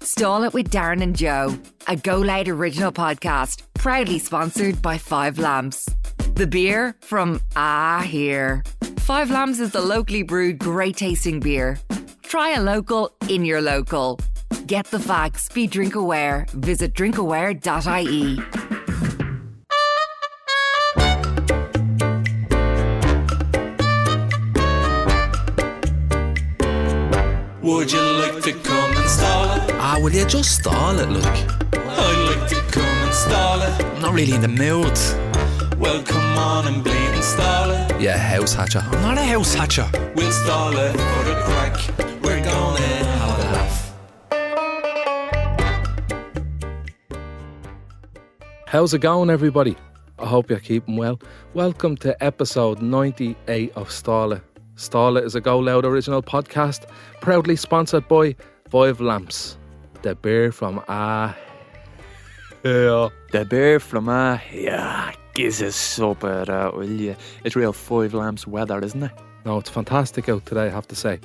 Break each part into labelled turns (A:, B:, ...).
A: Stall It with Darren and Joe, a Go Loud original podcast, proudly sponsored by Five Lamps. The beer from Ah Here. Five Lambs is the locally brewed, great tasting beer. Try a local in your local. Get the facts, be drink aware. Visit drinkaware.ie.
B: Would you like to come and stall it?
C: Ah, will you just stall it, look?
B: I'd like to come and stall it.
C: I'm not really in the mood.
B: Well, come on and bleed and stall it.
C: Yeah, house hatcher. I'm not a house hatcher.
B: We'll stall it for the crack. We're gonna have a laugh.
D: How's it going, everybody? I hope you're keeping well. Welcome to episode 98 of Starlet. Starlet is a Go Loud original podcast, proudly sponsored by Five Lamps, the beer from Ah. Yeah.
E: The beer from uh yeah, gives us super uh, will you? It's real five lamps weather, isn't it?
D: No, it's fantastic out today, I have to say.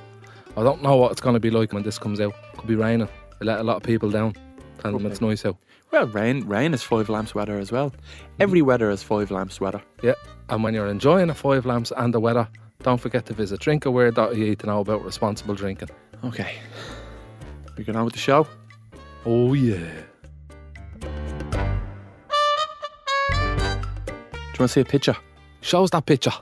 D: I don't know what it's going to be like when this comes out. Could be raining. It let a lot of people down. Tell them it's nice out.
E: Well, rain rain is five lamps weather as well. Every weather is five lamps weather.
D: Yeah, and when you're enjoying the Five Lamps and the weather, don't forget to visit drinkaware.ie to know about responsible drinking.
E: Okay, we going on with the show.
D: Oh, yeah.
E: Do you want to see a picture?
D: Shows that picture.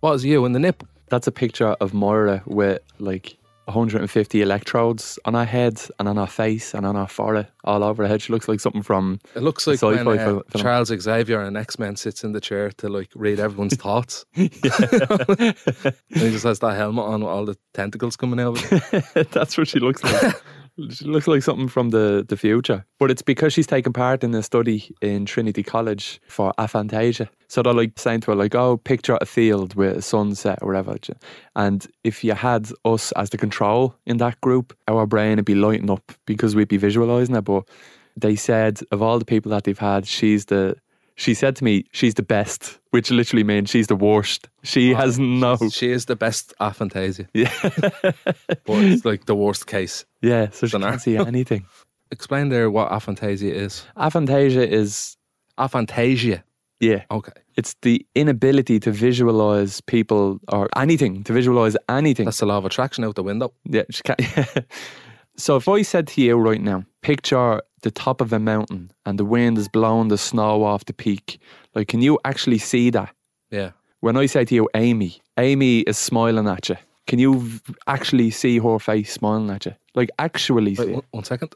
D: What is you in the nip?
E: That's a picture of Moira with like 150 electrodes on her head and on her face and on her forehead, all over her head. She looks like something from
D: It looks like
E: Sci-fi
D: when uh,
E: film- film.
D: Charles Xavier and X Men sits in the chair to like read everyone's thoughts. and he just has that helmet on with all the tentacles coming out. of it.
E: That's what she looks like. she looks like something from the, the future. But it's because she's taken part in a study in Trinity College for aphantasia. So they're like saying to her, like, oh, picture a field with a sunset or whatever. And if you had us as the control in that group, our brain would be lighting up because we'd be visualizing it. But they said of all the people that they've had, she's the she said to me, she's the best, which literally means she's the worst. She has no.
D: She is the best aphantasia,
E: Oh. Yeah.
D: but it's like the worst case.
E: yeah, so she
D: Dunno.
E: can't see anything.
D: Explain there what aphantasia is.
E: Aphantasia is
D: Aphantasia.
E: yeah,
D: Okay.
E: it's the inability to visualize people or anything to visualize anything.
D: That's the law of attraction out the window.
E: yeah, she can't. so if I said to you right now, picture the top of a mountain and the wind is blowing the snow off the peak, like can you actually see that?
D: Yeah.
E: When I say to you, Amy, Amy is smiling at you. Can you v- actually see her face smiling at you? Like actually see?
D: Wait,
E: it?
D: one, one second.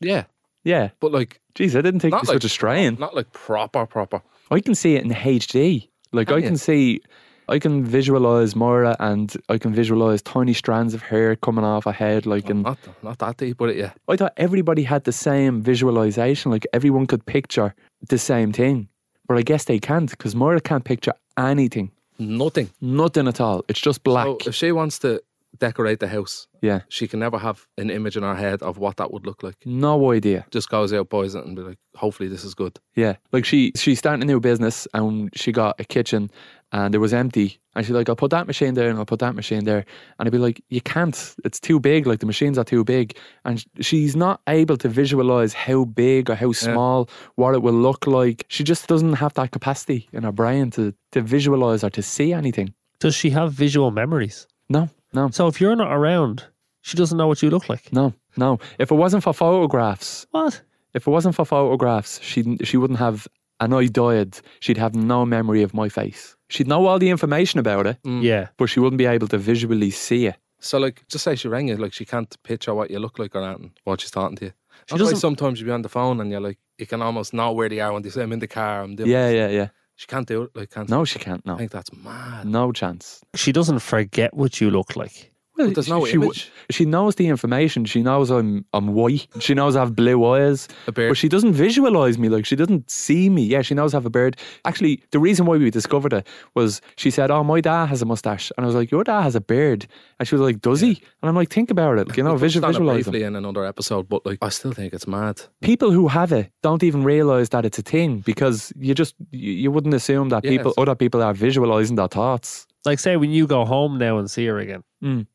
D: Yeah.
E: Yeah.
D: But like,
E: Jeez, I didn't think you
D: Not
E: were
D: like-
E: such a strain.
D: not like proper, proper.
E: I can see it in HD. Like
D: Can
E: I
D: you?
E: can see, I can visualize Moira and I can visualize tiny strands of hair coming off her head. Like, and
D: Not, not that deep, but yeah.
E: I thought everybody had the same visualization. Like everyone could picture the same thing, but I guess they can't because Moira can't picture anything,
D: Nothing.
E: nothing at all. It's just black.
D: So if she wants to decorate the house,
E: yeah,
D: she can never have an image in her head of what that would look like.
E: no idea.
D: Just goes out, buys it, and be like, hopefully this is good.
E: Yeah, like she she's starting a new business and she got a kitchen and it was empty and she's like, I'll put that machine there and I'll put that machine there and I'd be like, you can't, it's too big. Like the machines are too big and sh- she's not able to visualize how big or how small what it will look like. She just doesn't have that capacity in her brain to to visualize or to see anything.
F: Does she have visual memories?
E: No, no,
F: So if you're not around, she doesn't know what you look like.
E: no, no. If it wasn't for photographs,
F: What?
E: if it wasn't for photographs, she she wouldn't have. And I died. She'd have no memory of my face. She'd know all the information about it,
D: Mm.
F: Yeah.
E: but she wouldn't be able to visually see it.
D: So, like, just say she rang you, like, she can't picture what you look like or anything while she's talking to you. That's why
F: doesn't-
D: sometimes you be on the phone and you're like, you can almost know where they are when they say, I'm in the car, I'm doing
E: Yeah,
D: this."
E: yeah, yeah.
D: She can't do it. Like, can't
E: No, she Mm. can't.
D: I
E: No,
D: think that's mad.
E: no chance.
F: She doesn't forget what you look like.
E: Well,
D: there's no
E: wo-
D: image.
E: she knows the information. She knows I'm I'm white. She knows I have blue eyes.
D: A beard.
E: But she doesn't visualize me. Like she doesn't see me. Yeah, she knows I have a beard. Actually, the reason why we discovered it was she said, "Oh, my dad has a mustache," and I was like, "Your dad has a beard," and she was like, "Does he?" And I'm like, "Think about it. Like, you know,
D: We touched
E: visu-
D: on it
E: visualize him."
D: briefly in another episode, but like, I still think it's mad.
E: people who have it don't even realize that it's a thing because you just you, you wouldn't assume that people
D: Yes.
E: other people are visualizing their thoughts
F: Like, say, when you go home now and see her again,
E: Mm.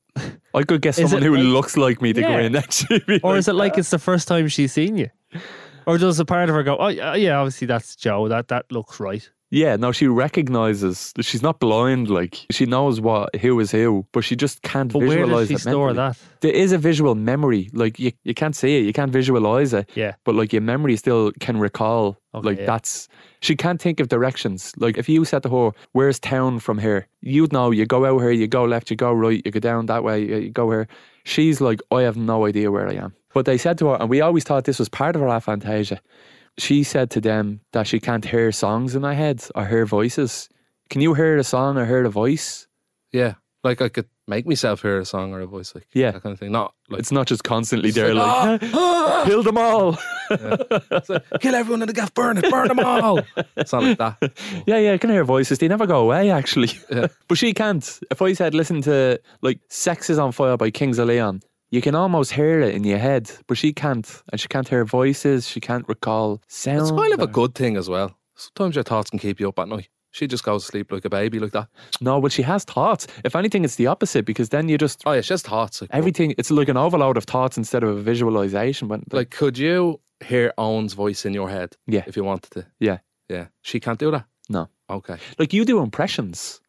E: I could get
F: Is
E: someone
F: it
E: who
F: like-
E: looks like me to go
F: Yeah.
E: in and she'd be
F: Or
E: like,
F: is it like it's the first time she's seen you? Or does a part of her go, oh, yeah, yeah, obviously that's Joe. That that looks right.
E: Yeah, no, she recognizes. She's not blind. Like she knows what who is who, but she just can't
F: But where
E: visualize
F: does she
E: it
F: store
E: mentally.
F: that?
E: There is a visual memory. Like you, you can't see it, you can't visualize it.
F: Yeah.
E: But like your memory still can recall.
F: Okay,
E: like
F: yeah.
E: that's she can't think of directions. Like if you said to her, "Where's town from here?" You'd know. You go out here, you go left, you go right, you go down that way, you you go here. She's like, I have no idea where I am. But they said to her, and we always thought this was part of her aphantasia. She said to them that she can't hear songs in her head or hear voices. Can you hear a song or hear a voice?
D: Yeah. Like I could make myself hear a song or a voice, like
E: Yeah.
D: that kind of thing. Not like
E: It's not just constantly there, like kill them all.
D: It's like, kill everyone in the gaff, burn it, burn them all. It's not like that.
E: Yeah, yeah, I can hear voices. They never go away, actually. but she can't. If I said, listen to, like, Sex is on Fire by Kings of Leon, you can almost hear it in your head, but she can't. And she can't hear voices. She can't recall sounds.
D: It's kind of a
E: or-
D: good thing as well. Sometimes your thoughts can keep you up at night. She just goes to sleep like a baby, like that.
E: No, but she has thoughts. If anything, it's the opposite because then you just.
D: Oh yeah, she has thoughts. Like,
E: Everything, it's like an overload of thoughts instead of a visualization. But
D: like, could you hear Owen's voice in your head?
E: Yeah.
D: If you wanted to.
E: Yeah.
D: Yeah. She can't do that.
E: no.
D: Okay.
E: Like you do impressions.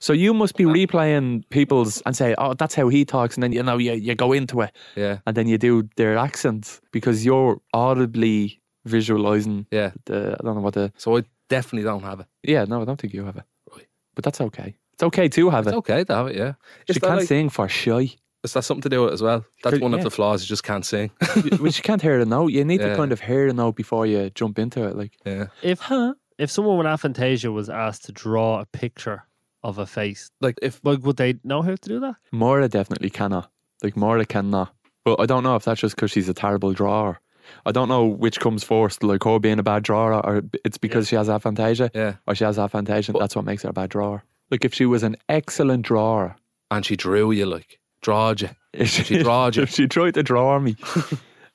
E: So you must be replaying people's and say, oh, that's how he talks. And then, you know, you, you go into it.
D: Yeah.
E: and then you do their accent because you're audibly visualizing.
D: Yeah.
E: The, I don't know what the.
D: So I definitely don't have it.
E: Yeah, no, I don't think you have it. But that's okay. It's okay to have
D: It's
E: it.
D: okay to have it, yeah.
E: She
D: Is that
E: can't
D: like-
E: sing for shy.
D: Is that something to do with it as well? That's
E: Could-
D: one
E: yeah.
D: of the flaws. You just can't sing.
E: well, she can't hear the note. You need
D: Yeah.
E: to kind of hear the note before you jump into it. Like,
D: yeah.
F: If if someone with aphantasia was asked to draw a picture of a face,
D: Like if
F: like would they know how to do that?
E: Mora definitely cannot. Like, Mora cannot. But I don't know if that's just because she's a terrible drawer. I don't know which comes first, like her being a bad drawer, or it's because she has aphantasia,
D: Yeah.
E: or she has aphantasia. that's what makes her a bad drawer. Like, if she was an excellent drawer,
D: and she drew you like drawed you.
E: If
D: She drawed you.
E: if she tried to draw me.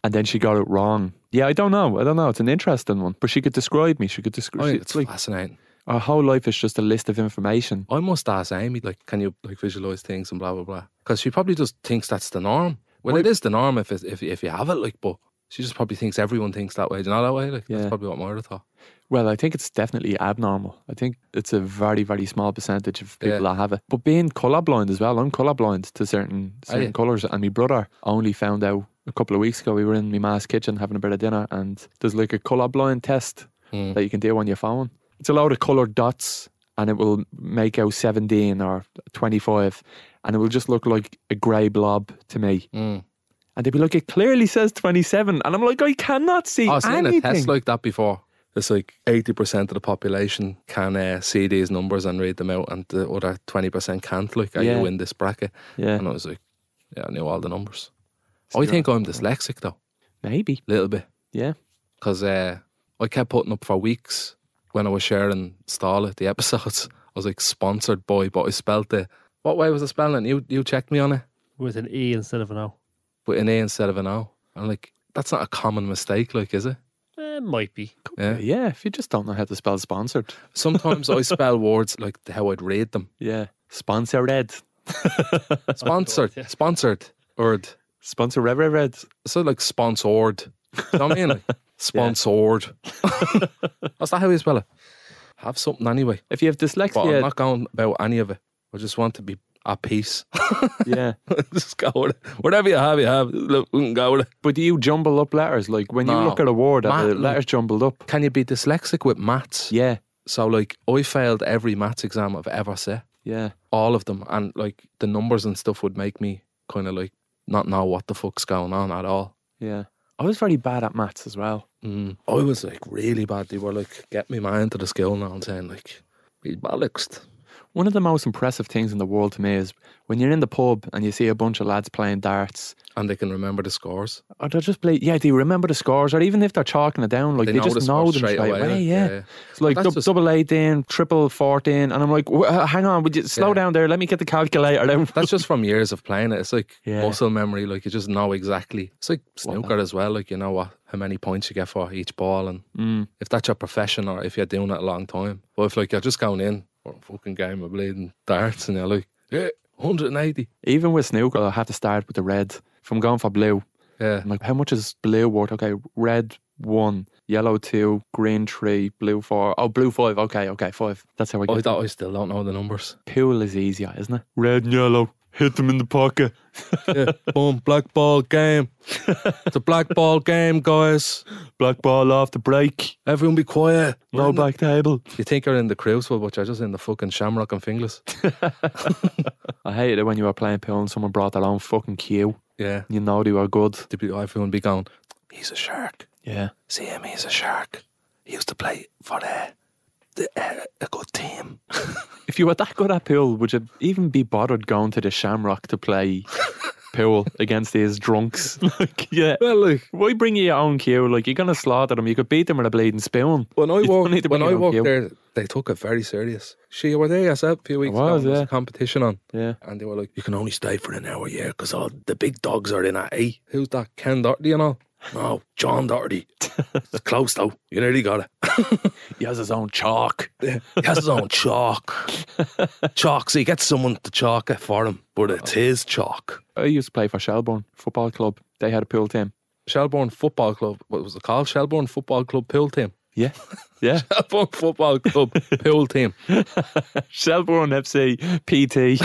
E: and then she got it wrong. Yeah, I don't know. I don't know. It's an interesting one. But she could describe me. She could describe.
D: Oh, yeah,
E: it's
D: it's
E: like
D: fascinating.
E: our whole life is just a list of information.
D: I must ask Amy, like, can you like visualize things and blah blah blah? Because she probably just thinks that's the norm. Well, it is the norm if it's, if if you have it, like, but she just probably thinks everyone thinks that way. Do you know that way? Like,
E: Yeah.
D: that's probably what Moira thought.
E: Well, I think it's definitely abnormal. I think it's a very, very small percentage of people
D: Yeah.
E: that have it. But being colourblind as well, I'm colourblind to certain certain
D: you?
E: colours. And my brother only found out a couple of weeks ago. We were in my ma's kitchen having a bit of dinner, and there's like a colourblind test
D: Hmm.
E: that you can do on your phone. It's a load of coloured dots, and it will make out 17 or 25, and it will just look like a grey blob to me.
D: Hmm.
E: And they'll be like, it clearly says 27. And I'm like, I cannot see
D: I've seen
E: anything.
D: Oh, a test like that before. It's like eighty percent of the population can uh, see these numbers and read them out, and the other twenty percent can't. Like, are
E: Yeah.
D: you in this bracket?
E: yeah,
D: And I was like, yeah, I knew all the numbers. I think I'm dyslexic though,
E: maybe.
D: a little bit.
E: Yeah.
D: because uh, I kept putting up for weeks when I was sharing Starlet the episodes. I was like sponsored by, but I spelled the what way was I spelling? it? You you checked me on it
F: With an E instead of an O.
D: with an A instead of an O. I'm like, that's not a common mistake, like, is it?
F: Eh, might be.
D: Yeah.
E: Uh, Yeah, if you just don't know how to spell sponsored.
D: Sometimes I spell words like how I'd read them.
E: Yeah. Sponsor red.
D: Sponsored, sponsored, ord.
E: Sponsor red, red, red.
D: So like sponsored. Do you know what I mean? Like, sponsored. That's not how you spell it. Have something anyway.
E: If you have
D: But I'm
E: dyslexia,
D: not going about any of it. I just want to be at peace.
E: yeah.
D: just go with it. Whatever you have, you have. Look, we can go with it.
E: But do you jumble up letters? Like when you
D: No.
E: look at a word, are the
D: Matt-
E: letters jumbled up?
D: Can you be dyslexic with maths?
E: Yeah,
D: So, like, I failed every maths exam I've ever set,
E: yeah.
D: all of them. And, like, the numbers and stuff would make me kind of like not know what the fuck's going on at all.
E: Yeah. I was very bad at maths as well.
D: Mm. I was like really bad. They were like, get me man into the school now and saying, like, be bollocks.
E: One of the most impressive things in the world to me is when you're in the pub and you see a bunch of lads playing darts,
D: And they can remember the scores.
E: or they'll just play, yeah, they remember the scores, or even if they're chalking it down, like they,
D: the
E: just
D: scores
E: know them straight, away. yeah. It's like
D: That's
E: dub-
D: just-
E: double 18, triple 14, and I'm like, "Wha- uh, hang on, would you slow
D: Yeah.
E: down there? Let me get the calculator out.
D: That's just from years of playing it. It's like
E: Yeah.
D: muscle memory. Like you just know exactly. It's like snooker as well. Like you know what, how many points you get for each ball, and if that's your profession or if you're doing it a long time. But if like you're just going in or a fucking game of bleeding darts, and you're like, yeah, 180.
E: Even with snooker, I have to start with the red. If I'm going for blue,
D: Yeah.
E: I'm like, how much is blue worth? Okay, red one, yellow two, green three, blue four. Oh, blue five. Okay, okay, five. That's how I
D: I,
E: get.
D: don't- I still don't know the numbers.
E: Pool is easier, isn't it? Red and yellow. Hit them in the pocket.
D: Yeah. Boom, black ball game. It's a black ball game, guys.
E: Black ball off the break.
D: Everyone be quiet.
E: No back table.
D: You think you're in the crucible, but you're just in the fucking shamrock and fingless.
E: I hated it when you were playing pool and someone brought their own fucking cue.
D: Yeah.
E: You know they were good.
D: They'd be- Everyone be going, he's a shark.
E: Yeah.
D: See him, he's a shark. He used to play for uh, the, uh, a good team.
E: If you were that good at pool, would you even be bothered going to the Shamrock to play pool against these drunks? like, yeah.
D: Well, like,
E: Why bring you your own cue? Like, you're going to slaughter them. You could beat them with a bleeding spoon.
D: When I
E: You don't
D: walked,
E: need to
D: when
E: bring
D: I
E: your own
D: walked
E: cue.
D: there, they took it very serious. She you were there yourself a few weeks
E: was,
D: ago. and there
E: yeah.
D: a competition on,
E: Yeah.
D: and they were like, "You can only stay for an hour, yeah, because all the big dogs are in at eight. Who's that? Ken Doherty and all? No, John Doherty. it's close though. You nearly got it.
E: He has his own chalk.
D: He has his own chalk. chalk. So he gets someone to chalk it for him, but it's his chalk.
E: I used to play for Shelbourne Football Club. They had a pool team.
D: Shelbourne Football Club. What was it called? Shelbourne Football Club Pill Team.
E: Yeah. Yeah.
D: Shelbourne Football Club Pill Team.
E: Shelbourne FC, PT.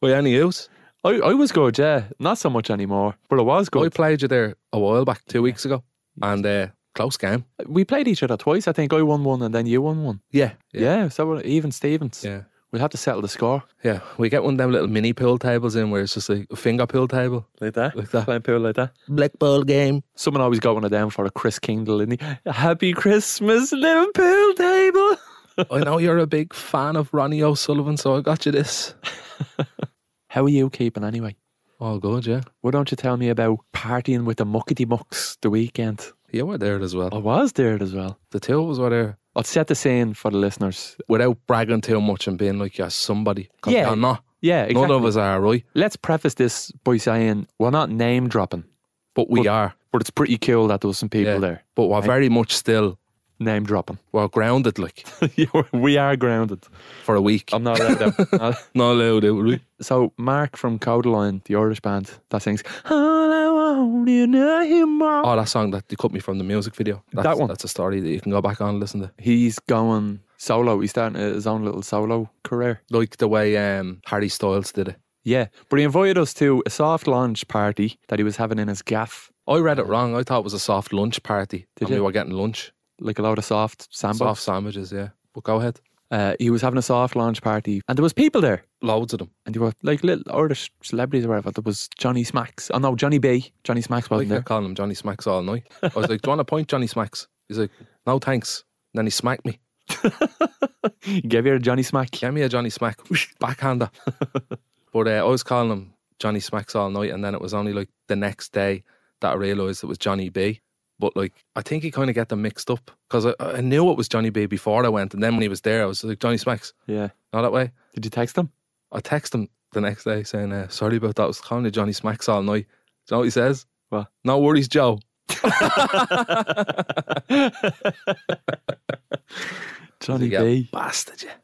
D: By any use?
E: I, I was good, yeah. Not so much anymore, but I was
D: I
E: good.
D: played you there a while back, two weeks ago, and uh, close game.
E: we played each other twice. I think I won one and then you won one.
D: Yeah,
E: Yeah. so we're even Stevens.
D: yeah,
E: We'll have to settle the score.
D: yeah. We get one of them little mini pool tables in where it's just like a finger pool table,
E: Like that.
D: Like that.
E: Playing pool like that.
D: black ball game.
E: Someone always got one of them for a Chris Kindle, didn't he? Happy Christmas, Liverpool table.
D: I know you're a big fan of Ronnie O'Sullivan, so I got you this.
E: How are you keeping anyway?
D: All Oh, good, yeah.
E: Why don't you tell me about partying with the muckety mucks the weekend?
D: You were there as
E: I
D: well.
E: was there as well.
D: The two of us were there
E: I'll set the scene for the listeners.
D: without bragging too much and being like you're somebody. 'cause
E: Yeah.
D: you're not.
E: Yeah,
D: None
E: exactly.
D: of us are, right?
E: Let's preface this by saying we're not name dropping,
D: But we
E: But-
D: are.
E: but it's pretty cool that there was some people
D: Yeah.
E: there
D: But we're very much still.
E: name dropping.
D: We're grounded, like
E: we are grounded.
D: for a week.
E: I'm not allowed out. No.
D: not allowed out, right?
E: So Mark from Codeline, the Irish band that sings All I want is nothing more."
D: Oh, that song that they cut me from the music video. That's,
E: That one.
D: That's a story that you can go back on and listen to.
E: He's going solo. He's starting his own little solo career.
D: Like the way um, Harry Styles did it.
E: Yeah, but he invited us to a soft launch party that he was having in his gaff,
D: I read it wrong. I thought it was a soft lunch party.
E: Did
D: and we
E: you?
D: were getting lunch.
E: like a lot of soft
D: Soft
E: sandbox.
D: sandwiches, yeah. But go ahead.
E: Uh, he was having a soft launch party, and there was people there.
D: Loads of them.
E: and they were like little Irish celebrities or whatever. There was Johnny Smacks. Oh no, Johnny B. Johnny Smacks
D: I
E: wasn't
D: kept
E: there.
D: calling him Johnny Smacks all night. I was like, Do you want a point, Johnny Smacks? He's like, No thanks. And then he smacked me.
E: He gave you a Johnny Smack.
D: Give me a Johnny Smack. Backhander. but uh, I was calling him Johnny Smacks all night. And then it was only like the next day that I realised it was Johnny B. But like, I think he kind of got them mixed up because I, I knew it was Johnny B before I went. And then when he was there, I was like, Johnny Smacks.
E: Yeah.
D: Not that way.
E: Did you text him?
D: I text him the next day saying, uh, "Sorry about that. I was calling you Johnny Smacks all night." Do you know what he says?
E: What?
D: No worries, Joe.
E: Johnny
D: Yeah,
E: B.
D: bastard. Yeah,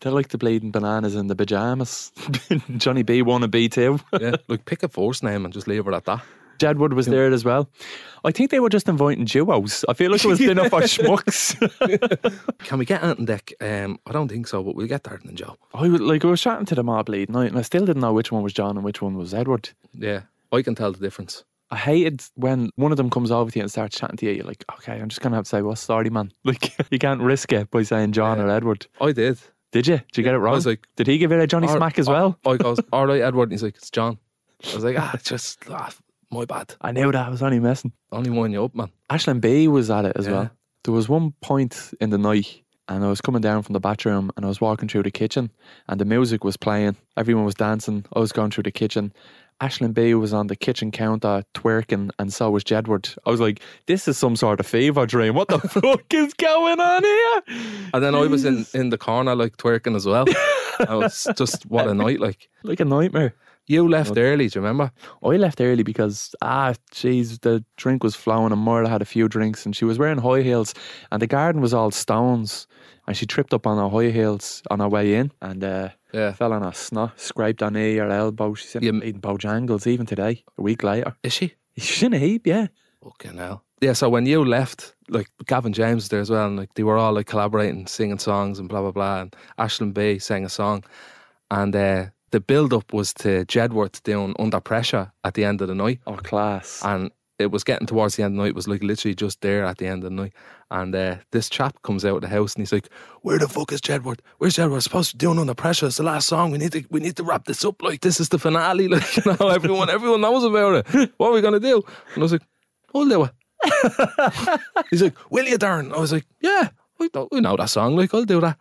E: They're like the bleeding bananas in the pajamas. Johnny B. One and B. Two.
D: yeah. Look, pick a force name and just leave it at that.
E: Jed Wood was there as well. I think they were just inviting duos. I feel like it was dinner for schmucks.
D: Can we get Ant and Deck? Um, I don't think so, but we'll get Darden and Joe.
E: I was like I was chatting to them all bleeding night, and I still didn't know which one was John and which one was Edward.
D: Yeah, I can tell the difference.
E: I hated when one of them comes over to you and starts chatting to you. You're like, okay, I'm just gonna have to say, well, sorry, man. Like, you can't risk it by saying John or Edward.
D: I did.
E: Did you? Did you get it wrong?
D: was like-
E: Did he give it a Johnny
D: Or-
E: smack as well?
D: I goes, "All right, Edward." And he's like, "It's John." I was like, "Ah, it's just ah, my bad.
E: I knew that. I was only messing.
D: Only one you up, man."
E: Ashlyn B was at it as
D: Yeah.
E: well. There was one point in the night, and I was coming down from the bathroom, and I was walking through the kitchen, and the music was playing. Everyone was dancing. I was going through the kitchen. Ashlyn B was on the kitchen counter twerking, and so was Jedward. I was like, "This is some sort of fever dream. What the fuck is going on here?"
D: And then I was in, in the corner like twerking as well. I was just what a night like.
E: Like a nightmare.
D: You left early, do you remember?
E: I left early because ah, jeez, the drink was flowing, and Marla had a few drinks, and she was wearing high heels, and the garden was all stones, and she tripped up on her high heels on her way in, and uh,
D: Yeah.
E: Fell on a snot, scraped on knee or elbow. She said,
D: You-
E: I'm eating Bojangles even today, a week later.
D: Is she?
E: She's in a heap, yeah.
D: Fucking hell. Yeah, so when you left, like Gavin James was there as well, and like they were all like collaborating, singing songs and blah blah blah. And Ashlyn B sang a song, and uh, the build up was to Jedworth doing Under Pressure at the end of the night,
E: Oh, class.
D: and it was getting towards the end of the night. It was like literally just there at the end of the night, and uh, this chap comes out of the house and he's like, "Where the fuck is Jedworth? Where's Jedworth? Supposed to be doing Under Pressure? It's the last song. We need to we need to wrap this up. Like this is the finale. Like you know, everyone everyone knows about it. What are we gonna do?" And I was like, "Hold it." He's like, "Will you, Darren?" I was like, "Yeah, we, don't, we know that song. Like, I'll do that."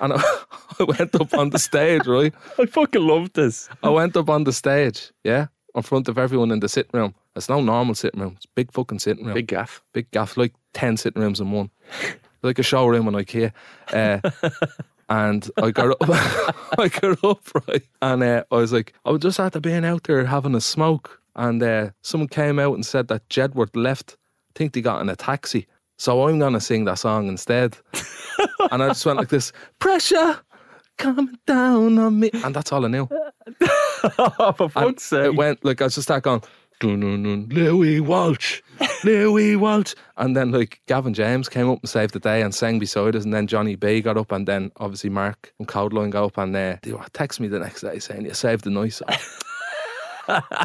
D: And I, I went up on the stage, right?
E: I fucking love this.
D: I went up on the stage, yeah, in front of everyone in the sitting room. It's no normal sitting room. It's a big fucking sitting room.
E: Big gaff.
D: big gaff, like ten sitting rooms in one, like a showroom in IKEA. Uh, and I got up, I got up right, and uh, I was like, I was just after being out there having a smoke, and uh, someone came out and said that Jedward left. I think they got in a taxi, so I'm gonna sing that song instead. and I just went like this: pressure coming down on me, and that's all I knew.
E: Oh, for
D: And
E: fuck's sake.
D: it went like I was just that going, dun, dun, dun, Louis Walsh, Louis Walsh, and then like Gavin James came up and saved the day and sang beside us, and then Johnny B got up, and then obviously Mark and Codline got up, and uh, they were text me the next day saying you saved the noise.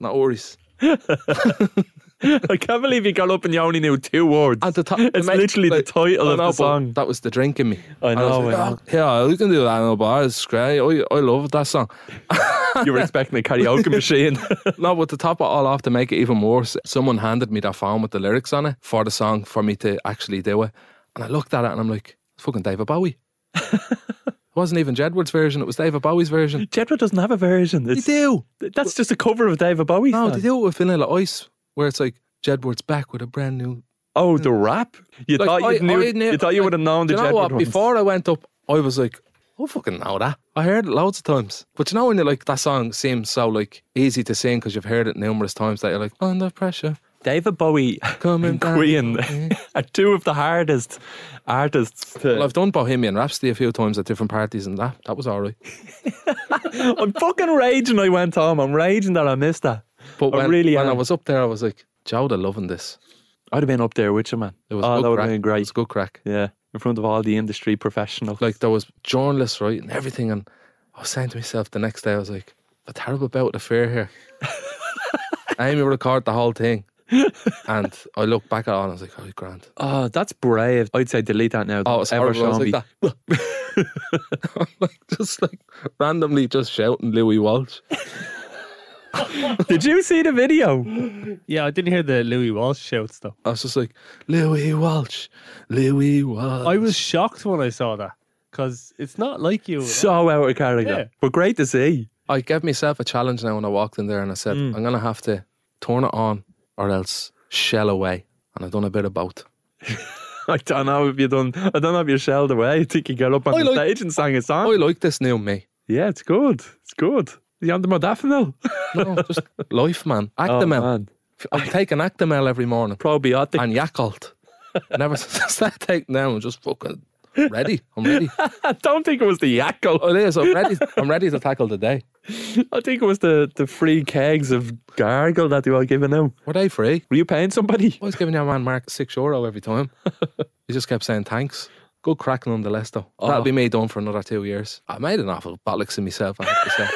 D: Not worries.
E: I can't believe you got up and you only knew two words.
D: At the top,
E: It's literally the title
D: I
E: of the
D: know, but
E: song.
D: That was the drink in me.
E: I
D: And
E: know,
D: was
E: I
D: like, "Oh, yeah, you can do that in a bar. It's great. I, I love that song.
E: you were expecting a karaoke machine.
D: No, but to top it all off, to make it even worse, someone handed me that phone with the lyrics on it for the song for me to actually do it. And I looked at it and I'm like, it's fucking David Bowie. it wasn't even Jedward's version, it was David Bowie's version.
E: Jedward doesn't have a version.
D: They
E: It's,
D: do.
E: that's just a cover of David Bowie.
D: No,
E: song.
D: they do it with Vanilla Ice, where it's like, Jedward's back with a brand new.
E: Oh, the rap? You
D: Mm. Like,
E: thought you
D: I-
E: knew,
D: I knew-
E: You thought you
D: like,
E: would have known the
D: Do you know
E: Jedward
D: what?
E: ones.
D: Before I went up, I was like, I fucking know that. I heard it loads of times. But you know when you're like, that song seems so like easy to sing because you've heard it numerous times that you're like, under pressure,
E: David Bowie
D: coming
E: and
D: down.
E: Queen are two of the hardest artists to.
D: Well, I've done Bohemian Rhapsody a few times at different parties, and that that was all right.
E: I'm fucking raging. I went home. I'm raging that I missed that.
D: But
E: I
D: when,
E: Oh, really
D: when
E: am.
D: I was up there, I was like, Joe, they're loving this.
E: I'd have been up there with you, man.
D: It was
E: oh,
D: good
E: that would
D: crack.
E: have been
D: It
E: great.
D: was good crack.
E: Yeah, in front of all the industry professionals.
D: Like there was journalists, right, and everything. And I was saying to myself the next day, I was like, a terrible bout of fear here. Amy recorded the whole thing, and I looked back at it all, and I was like, oh, grand.
E: oh, that's brave. I'd say delete that now.
D: Oh, it's
E: Ever
D: horrible. I was
E: Sean
D: like
E: B.
D: that. I'm like just like randomly just shouting Louis Walsh.
E: Did you see the video?
F: Yeah, I didn't hear the Louis Walsh shouts though.
D: I was just like Louis Walsh, Louis Walsh.
F: I was shocked when I saw that because it's not like you. at all.
E: So out of character,
F: Yeah.
E: but great to see.
D: I gave myself a challenge now when I walked in there and I said,
F: Mm.
D: I'm going to have to turn it on or else shell away. And I've done a bit of both.
E: I don't know if you done. I don't know if you shelled away. I think you got up on
D: I
E: the
D: like-
E: stage and sang a
D: I
E: song.
D: like this new me.
E: Yeah, it's good. It's good. You on the modafinil?
D: No, just life, man.
F: Oh,
E: Oh,
D: Actimel. I'm taking Actimel every morning
E: Probiotic.
D: and Yakult. Never since I take them, I'm just fucking ready. I'm ready.
E: I don't think it was the Yakko.
D: Oh, it is. I'm ready. I'm ready to tackle the day.
E: I think it was the, the free kegs of gargle that they were giving out.
D: Were they free?
E: Were you paying somebody?
D: I was giving your man Mark six euro every time. he just kept saying thanks. Good crack nonetheless, though.
E: Oh.
D: That'll be me done for another two years. I made an awful bollocks of myself, I have to say.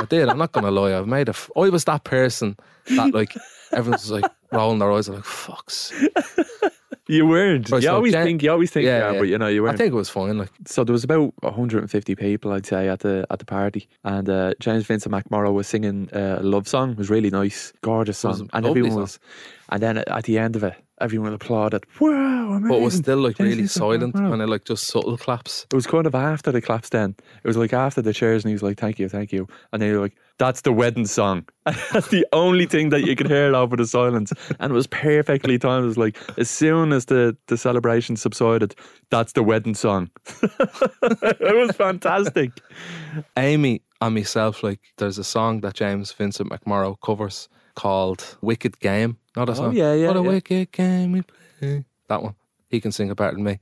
D: I did. I'm not going to lie. I've made a. F- I was that person that, like, everyone's like rolling their eyes. I'm like, fucks.
E: You weren't.
D: Right,
E: you
D: so
E: always
D: Jan-
E: think. You always think.
D: Yeah,
E: Yeah,
D: yeah.
E: but you know you
D: I
E: weren't.
D: think it was fine. Like,
E: so there was about 150 people, I'd say, at the at the party, and uh, James Vincent McMorrow was singing uh, a love song. It was really nice, gorgeous
D: was
E: song,
D: a
E: and
D: lovely
E: everyone
D: song.
E: was. And then at the end of it, everyone applauded. Wow! Amazing.
D: but it was still, like,
E: James
D: really
E: Vincent
D: silent
E: McMorrow.
D: and it, like, just subtle claps.
E: It was kind of after the claps then. It was like after the chairs and he was like, Thank you, thank you. And then you were like, That's the wedding song. That's the only thing that you could hear over the silence. And it was perfectly timed. It was like as soon as the, the celebration subsided, that's the wedding song. it was fantastic.
D: Amy and myself, like, there's a song that James Vincent McMorrow covers called Wicked Game. Not a song.
E: Oh, yeah, yeah,
D: What a
E: yeah.
D: wicked game we play. That one. He can sing it better than me.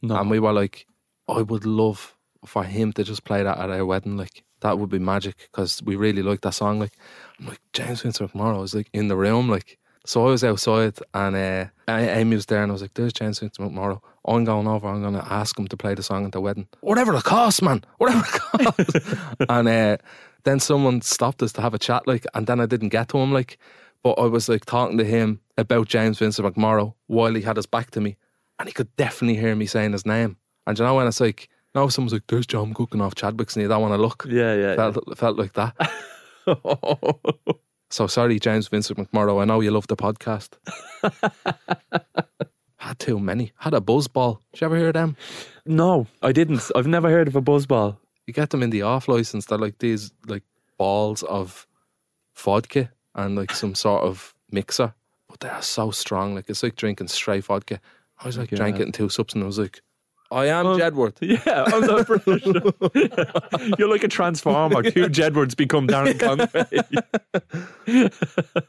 E: No.
D: And we were like, I would love for him to just play that at our wedding, like that would be magic because we really like that song. Like I'm like James Winston McMorrow is like in the room, like so I was outside and uh, A- Amy was there and I was like, "There's James Winston McMorrow. I'm going over. I'm going to ask him to play the song at the wedding, whatever the cost, man, whatever the cost." and uh, then someone stopped us to have a chat, like, and then I didn't get to him, like, but I was like talking to him about James Vincent McMorrow while he had his back to me, and he could definitely hear me saying his name. And do you know when it's like, now someone's like, "There's John Cooking off Chadwick's," and you don't want to look.
E: Yeah, yeah.
D: felt felt like that. So sorry, James Vincent McMorrow. I know you love the podcast. Had too many. Had a buzz ball. Did you ever hear of them?
E: no, I didn't. I've never heard of a buzzball.
D: You get them in the off license. They're like these like balls of vodka and like some sort of mixer, but they are so strong. Like it's like drinking straight vodka. I was like,
E: Yeah.
D: drank it in two sips, and I was like, I am
E: Um,
D: Jedward.
E: Yeah, I'm not pretty sure. You're like a transformer. Two Jedwards become Darren Conway.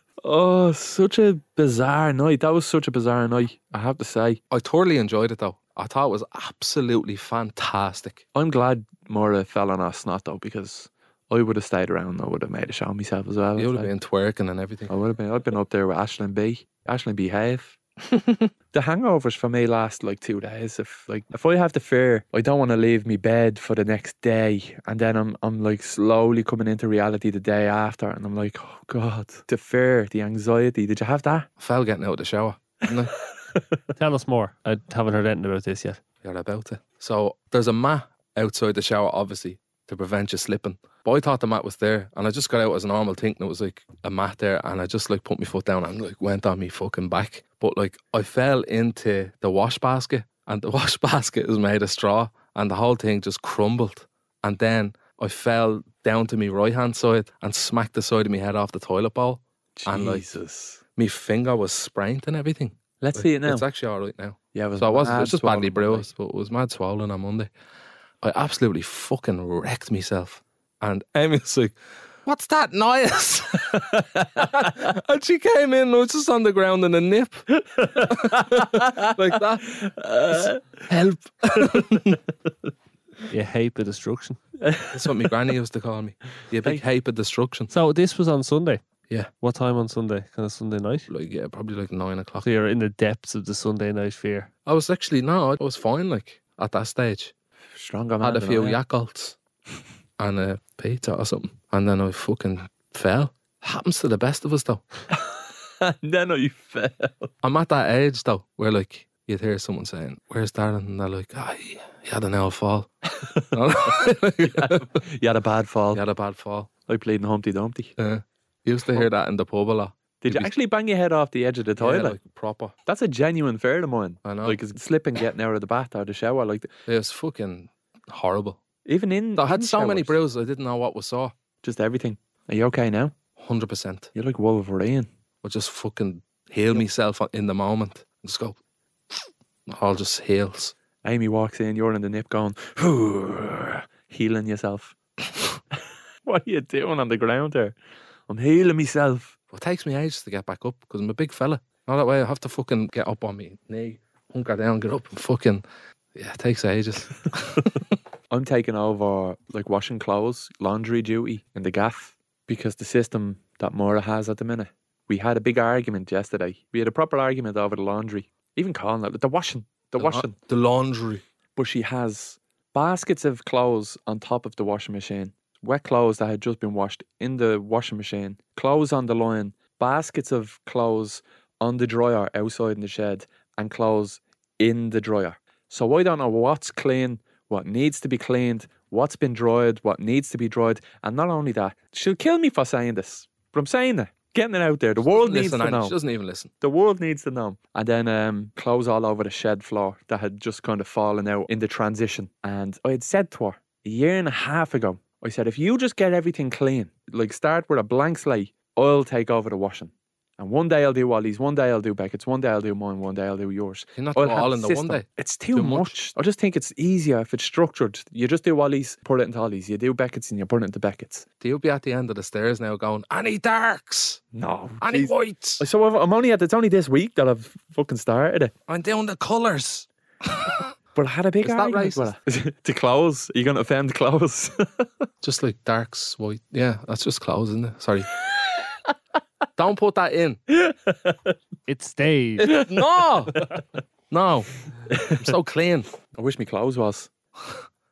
E: oh, such a bizarre night. That was such a bizarre night. I have to say,
D: I thoroughly enjoyed it though. I thought it was absolutely fantastic.
E: I'm glad Mora fell on us not though because I would have stayed around. I would have made a show myself as well.
D: You would have
E: So-
D: been twerking and everything.
E: I would have been. Oh, I've been up there with Ashland B. Ashland B. Have. the hangovers for me last like two days. If like if I have the fear, I don't want to leave me bed for the next day, and then I'm I'm like slowly coming into reality the day after, and I'm like, oh god, the fear, the anxiety. Did you have that?
D: fell getting out of the shower. didn't I?
F: Tell us more. I haven't heard anything about this yet.
D: You're about it. So there's a mat outside the shower, obviously, to prevent you slipping. But I thought the mat was there, and I just got out as a normal thing, and it was like a mat there, and I just like put my foot down and like went on me fucking back. But like I fell into the wash basket, and the wash basket is made of straw, and the whole thing just crumbled. And then I fell down to my right hand side and smacked the side of my head off the toilet bowl. And like
E: Jesus.
D: my finger was sprained and everything.
E: Let's see it now.
D: It's actually all right now.
E: yeah, it was
D: So I wasn't. It
E: mad
D: was just badly
E: swollen, like.
D: bruised, but it was mad swollen on Monday. I absolutely fucking wrecked myself. And Amy's like, "What's that noise?" and she came in and I was just on the ground in a nip, like that. Help!
F: You hate the destruction.
D: That's what my granny used to call me. The big hape of destruction.
F: So this was on Sunday.
D: Yeah.
F: What time on Sunday? Kind of Sunday night.
D: Like yeah, probably like nine o'clock.
F: So you're in the depths of the Sunday night fear.
D: I was actually no, I was fine. Like at that stage,
E: Stronger
D: I
E: man.
D: had a
E: than
D: few
E: I am.
D: Yakults and a pizza or something, and then I fucking fell. Happens to the best of us though.
E: then I fell.
D: I'm at that age though, where like you'd hear someone saying, "Where's Darren?" and they're like, "Ah, he, he had an L fall. he
E: You had a bad fall.
D: had a bad fall."
E: I played in Humpty Dumpty.
D: Yeah. You used to hear that in the pub a lot.
E: Did you
D: Maybe-
E: actually bang your head off the edge of the
D: Yeah,
E: toilet?
D: like proper.
E: That's a genuine fear of mine.
D: I know.
E: Like, it's slipping getting out of the bath or the shower. Like,
D: It was fucking horrible.
E: even in.
D: I had
E: in
D: so many
E: showers,
D: bruises, I didn't know what was sore.
E: Just everything. Are you okay now?
D: Hundred percent.
E: You're like Wolverine.
D: I just fucking heal myself in the moment. Just go. All just heals.
E: Amy walks in, you're in the nip going, "Whew," healing yourself. what are you doing on the ground there? I'm healing myself.
D: But it takes me ages to get back up because I'm a big fella. Not that way, I have to fucking get up on me knee, hunker down, get up, and fucking. Yeah, it takes ages.
E: I'm taking over like washing clothes, laundry duty in the gaff because the system that Maura has at the minute. We had a big argument yesterday. We had a proper argument over the laundry. Even calling it the washing. The,
D: la-
E: washing.
D: the laundry.
E: but she has baskets of clothes on top of the washing machine, wet clothes that had just been washed in the washing machine, clothes on the line, baskets of clothes on the dryer outside in the shed, and clothes in the dryer. So I don't know what's clean, what needs to be cleaned, what's been dried, what needs to be dried, and not only that, she'll kill me for saying this, but I'm saying it, getting it out there. The world needs
D: Listen,
E: to
D: Annie,
E: know.
D: she doesn't even listen.
E: The world needs to know. And then um, clothes all over the shed floor that had just kind of fallen out in the transition. And I had said to her a year and a half ago, I said, if you just get everything clean, like start with a blank slate, I'll take over the washing. And one day I'll do Ollie's, one day I'll do Beckett's, one day I'll do mine, one day I'll do yours.
D: You're not
E: I'll
D: doing
E: have
D: all
E: a
D: in the one
E: system.
D: day.
E: It's too,
D: Too
E: much. I just think it's easier if it's structured. You just do Ollie's, pour it into Ollie's. You do Beckett's and you put it into Beckett's.
D: Do you be at the end of the stairs now going, Annie Darks,
E: No.
D: Annie
E: jeez.
D: Whites,
E: So I've- I'm only at, it's only this week that I've fucking started it.
D: I'm doing the colours.
E: But I had a big
D: Is that
E: argument with her. to close, are you going to offend close?
D: Just like darks, white. Yeah, that's just clothes, isn't it? Sorry. Don't put that in.
F: It stays.
D: No, no. I'm so clean.
E: I wish me clothes was.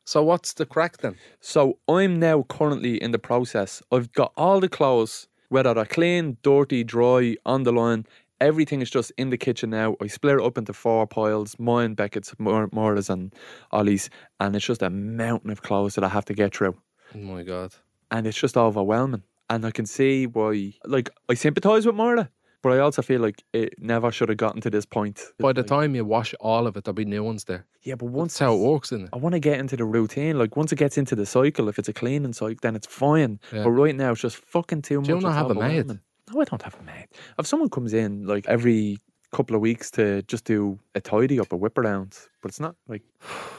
D: So what's the crack then?
E: So I'm now currently in the process. I've got all the clothes, whether they're clean, dirty, dry, on the line. Everything is just in the kitchen now. I split it up into four piles, mine, Beckett's, Mor- Mora's and Ollie's. And it's just a mountain of clothes that I have to get through.
D: Oh my god.
E: and it's just overwhelming. And I can see why, like, I sympathise with Marla, but I also feel like it never should have gotten to this point.
D: By the time you wash all of it, there'll be new ones there.
E: yeah, but
D: That's
E: once
D: how it works, isn't it?
E: I want to get into the routine. Like, once it gets into the cycle, if it's a cleaning cycle, then it's fine.
D: Yeah.
E: But right now, it's just fucking too much.
D: you not
E: It's
D: have a maid?
E: overwhelming. No, I don't have a maid. If someone comes in, like, every couple of weeks to just do a tidy up, a whip around, but it's not like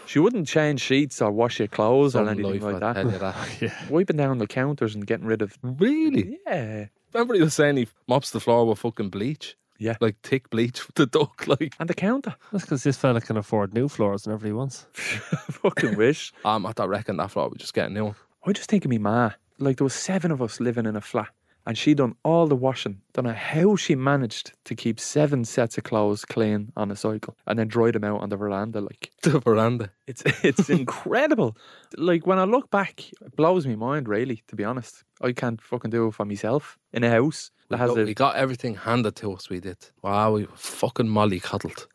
E: she wouldn't change sheets or wash your clothes
D: Some
E: or
D: life,
E: anything like
D: I
E: that.
D: tell you that.
E: Wiping down the counters and getting rid of.
D: Really?
E: Yeah.
D: Remember he was saying he mops the floor with fucking bleach?
E: Yeah.
D: Like thick bleach with the duck, like
E: And the counter.
F: That's because this fella can afford new floors whenever he wants.
E: fucking wish.
D: um I thought reckon that floor would just get a new one.
E: I just think of me ma. Like there was seven of us living in a flat, and she done all the washing. Don't know how she managed to keep seven sets of clothes clean on a cycle, and then dry them out on the veranda. Like
D: The veranda.
E: it's it's incredible. Like when I look back, it blows me mind. Really, to be honest, I can't fucking do it for myself in a house that has
D: Look,
E: a
D: we got everything handed to us, we did. Wow, we were fucking mollycoddled.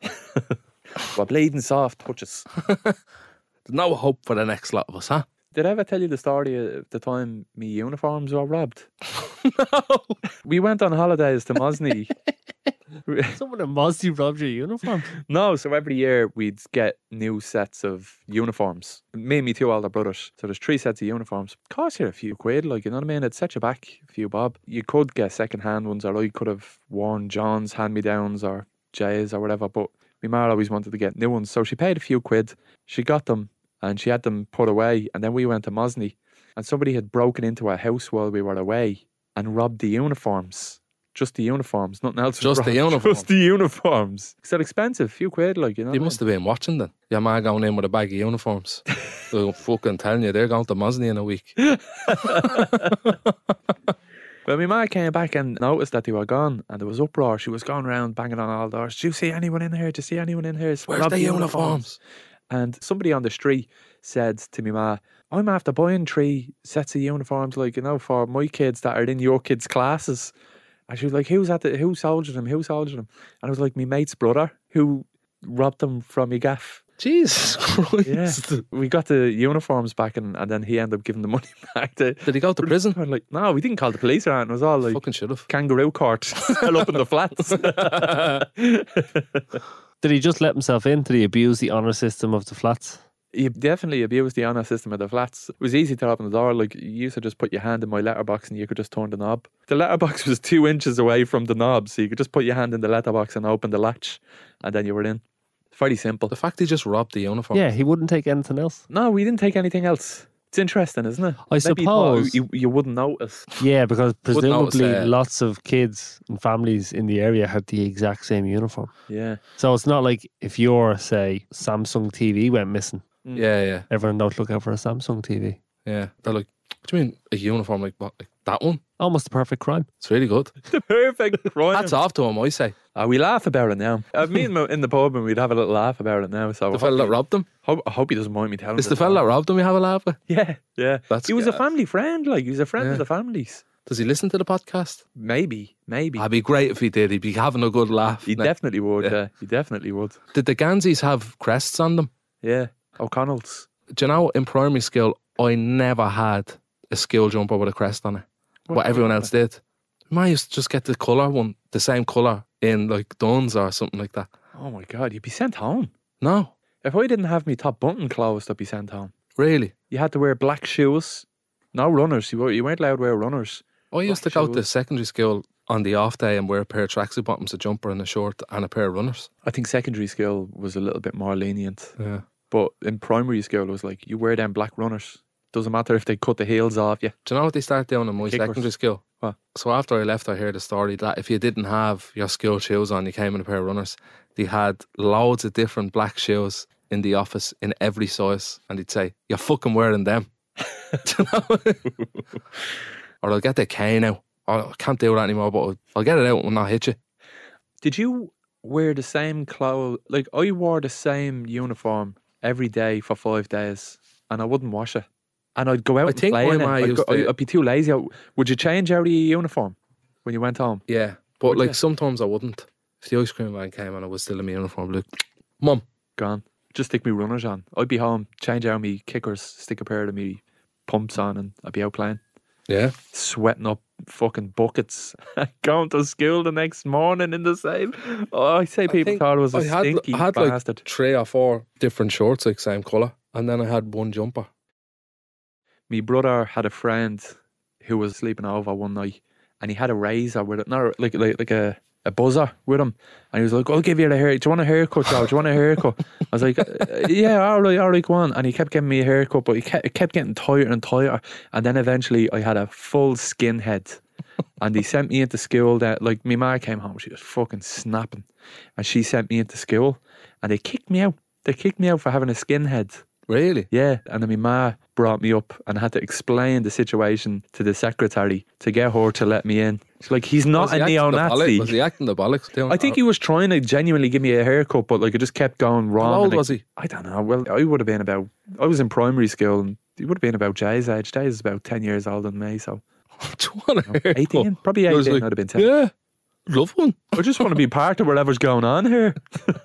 E: we're bleeding soft touches.
D: There's no hope for the next lot of us, huh?
E: Did I ever tell you the story of the time me uniforms were robbed?
D: No.
E: We went on holidays to Mosney
F: Someone at Mosty robbed your uniform.
E: No, so every year we'd get new sets of uniforms. Me and my two older brothers. So there's three sets of uniforms. Cost you a few quid, like you know what I mean? It'd set you back a few bob. You could get second hand ones, or I could have worn John's hand me downs or Jay's or whatever, but my ma always wanted to get new ones. So she paid a few quid, she got them and she had them put away and then we went to Mosney and somebody had broken into our house while we were away and robbed the uniforms. Just the uniforms, nothing else. was
D: Just the
E: robbed,
D: uniforms.
E: Just the uniforms. It's that expensive, few quid, like you know.
D: You must have been watching then. Your man going in with a bag of uniforms. They're fucking telling you they're going to Mosney in a week.
E: But my ma came back and noticed that they were gone, and there was uproar. She was going around banging on all doors. Do you see anyone in here? Do you see anyone in here? It's
D: Where's
E: robbed
D: the
E: the
D: uniforms?
E: And somebody on the street said to me, Ma, I'm after buying three sets of uniforms, like, you know, for my kids that are in your kids' classes. And she was like, Who's at the, who soldiered them? Who soldiered them? And it was like, My mate's brother who robbed them from your gaff.
D: Jesus Christ.
E: we got the uniforms back, and, and then he ended up giving the money back to.
D: Did he go to prison?
E: I'm like, No, we didn't call the police or anything. It was all like
D: Fucking should have.
E: kangaroo court still up in the flats.
F: Did he just let himself in? Did he abuse the honor system of the flats?
E: you definitely abused the honor system of the flats. It was easy to open the door. Like you used to just put your hand in my letterbox and you could just turn the knob. The letterbox was two inches away from the knob, so you could just put your hand in the letterbox and open the latch, and then you were in. Very simple.
D: The fact he just robbed the uniform.
F: Yeah, he wouldn't take anything else.
E: No, we didn't take anything else. It's interesting, isn't it?
F: I
E: Maybe you thought
F: suppose-
E: you, you wouldn't notice.
F: Yeah, because
D: Wouldn't notice
F: presumably
D: that.
F: lots of kids and families in the area had the exact same uniform.
E: Yeah,
F: So it's not like if your, say, Samsung TV went missing,
D: Yeah, yeah,
F: everyone knows to look out for a Samsung TV.
D: yeah. They're like, what do you mean a uniform like what? Like that one?
F: Almost the perfect crime.
D: It's really good.
E: the perfect crime.
D: Hats off to him, I say.
E: Ah, we laugh about it now. Uh, me and Mo in the pub, and we'd have a little laugh about it now. So I
D: The fella that
E: hope,
D: robbed him.
E: hope, I hope he doesn't mind me telling.
D: It's
E: this
D: the fella that robbed him we have a laugh with.
E: Yeah, yeah.
D: That's
E: he was a
D: gas.
E: family friend. Like he was a friend
D: Yeah.
E: of the families.
D: Does he listen to the podcast?
E: Maybe, maybe.
D: I'd be great if he did. He'd be having a good laugh.
E: he
D: Now,
E: definitely would.
D: Yeah.
E: Yeah. he definitely would.
D: did the Ganses have crests on them?
E: Yeah. O'Connell's.
D: Do you know in primary school I never had a skill jumper with a crest on it. What, everyone else did. I used to just get the colour one, the same colour in like Duns or something like that.
E: Oh my God, you'd be sent home.
D: No,
E: If I didn't have me top button closed, I'd be sent home.
D: really.
E: You had to wear black shoes. No runners. You, were, you weren't allowed to wear runners.
D: I used to
E: Black
D: go to
E: shoes.
D: secondary school on the off day and wear a pair of tracksuit bottoms, a jumper, and a short, and a pair of runners.
E: I think secondary school was a little bit more lenient,
D: Yeah.
E: but in primary school it was like you wear them black runners. Doesn't matter if they cut the heels off you.
D: Do you know what they start doing in my
E: Kickers.
D: secondary school?
E: What?
D: So after I left, I heard a story that if you didn't have your school shoes on, you came in a pair of runners. They had loads of different black shoes in the office in every size, and he'd say, "You're fucking wearing them," You know? or I'll get the cane out. Oh, I can't do that anymore, but I'll, I'll get it out and I'll hit you.
E: Did you wear the same clothes? Like I wore the same uniform every day for five days, and I wouldn't wash it. And I'd go out
D: I
E: and
D: think
E: play
D: my
E: in it.
D: ma
E: I'd,
D: used
E: go-
D: to-
E: I'd be too lazy. I- Would you change out of your uniform when you went home?
D: Yeah, but
E: Would
D: like
E: ya?
D: sometimes I wouldn't. If the ice cream man came and I was still in my uniform, I'd be like, "Mum,
E: Gone. Just stick me runners on. I'd be home, change out me kickers, stick a pair of me pumps on, and I'd be out playing,
D: yeah,
E: sweating up fucking buckets, going to school the next morning in the same. Oh, I say people
D: think
E: thought it was a
D: I had,
E: stinky
D: I had like
E: bastard.
D: three or four different shorts, like same color, and then I had one jumper.
E: my brother had a friend who was sleeping over one night and he had a razor with it, not a- like like, like a, a buzzer with him. And he was like, I'll give you the hair. Do you want a haircut, Joe? Do you want a haircut? I was like, "Uh, yeah, all right, all right, go on. And he kept giving me a haircut, but he kept, it kept getting tighter and tighter. And then eventually I had a full skin head. And he sent me into school that, like, my ma came home, she was fucking snapping. And she sent me into school and they kicked me out. They kicked me out for having a skin head.
D: Really?
E: Yeah, and then my ma brought me up and had to explain the situation to the secretary to get her to let me in. She's like, he's
D: Was
E: not
D: he
E: a
D: acting the bollock- Was
E: neo-Nazi.
D: he acting the bollocks? Doing-
E: I think he was trying to genuinely give me a haircut, but like it just kept going wrong.
D: How
E: and
D: old
E: it-
D: was he?
E: I don't know. Well, I would have been about. I was in primary school, and he would have been about Jay's age. Jay is about ten years older than me, so
D: Do you want a haircut?
E: eighteen, probably
D: I
E: eighteen.
D: was like,
E: I'd have been ten.
D: Yeah, love one.
E: I just want to be part of whatever's going on here,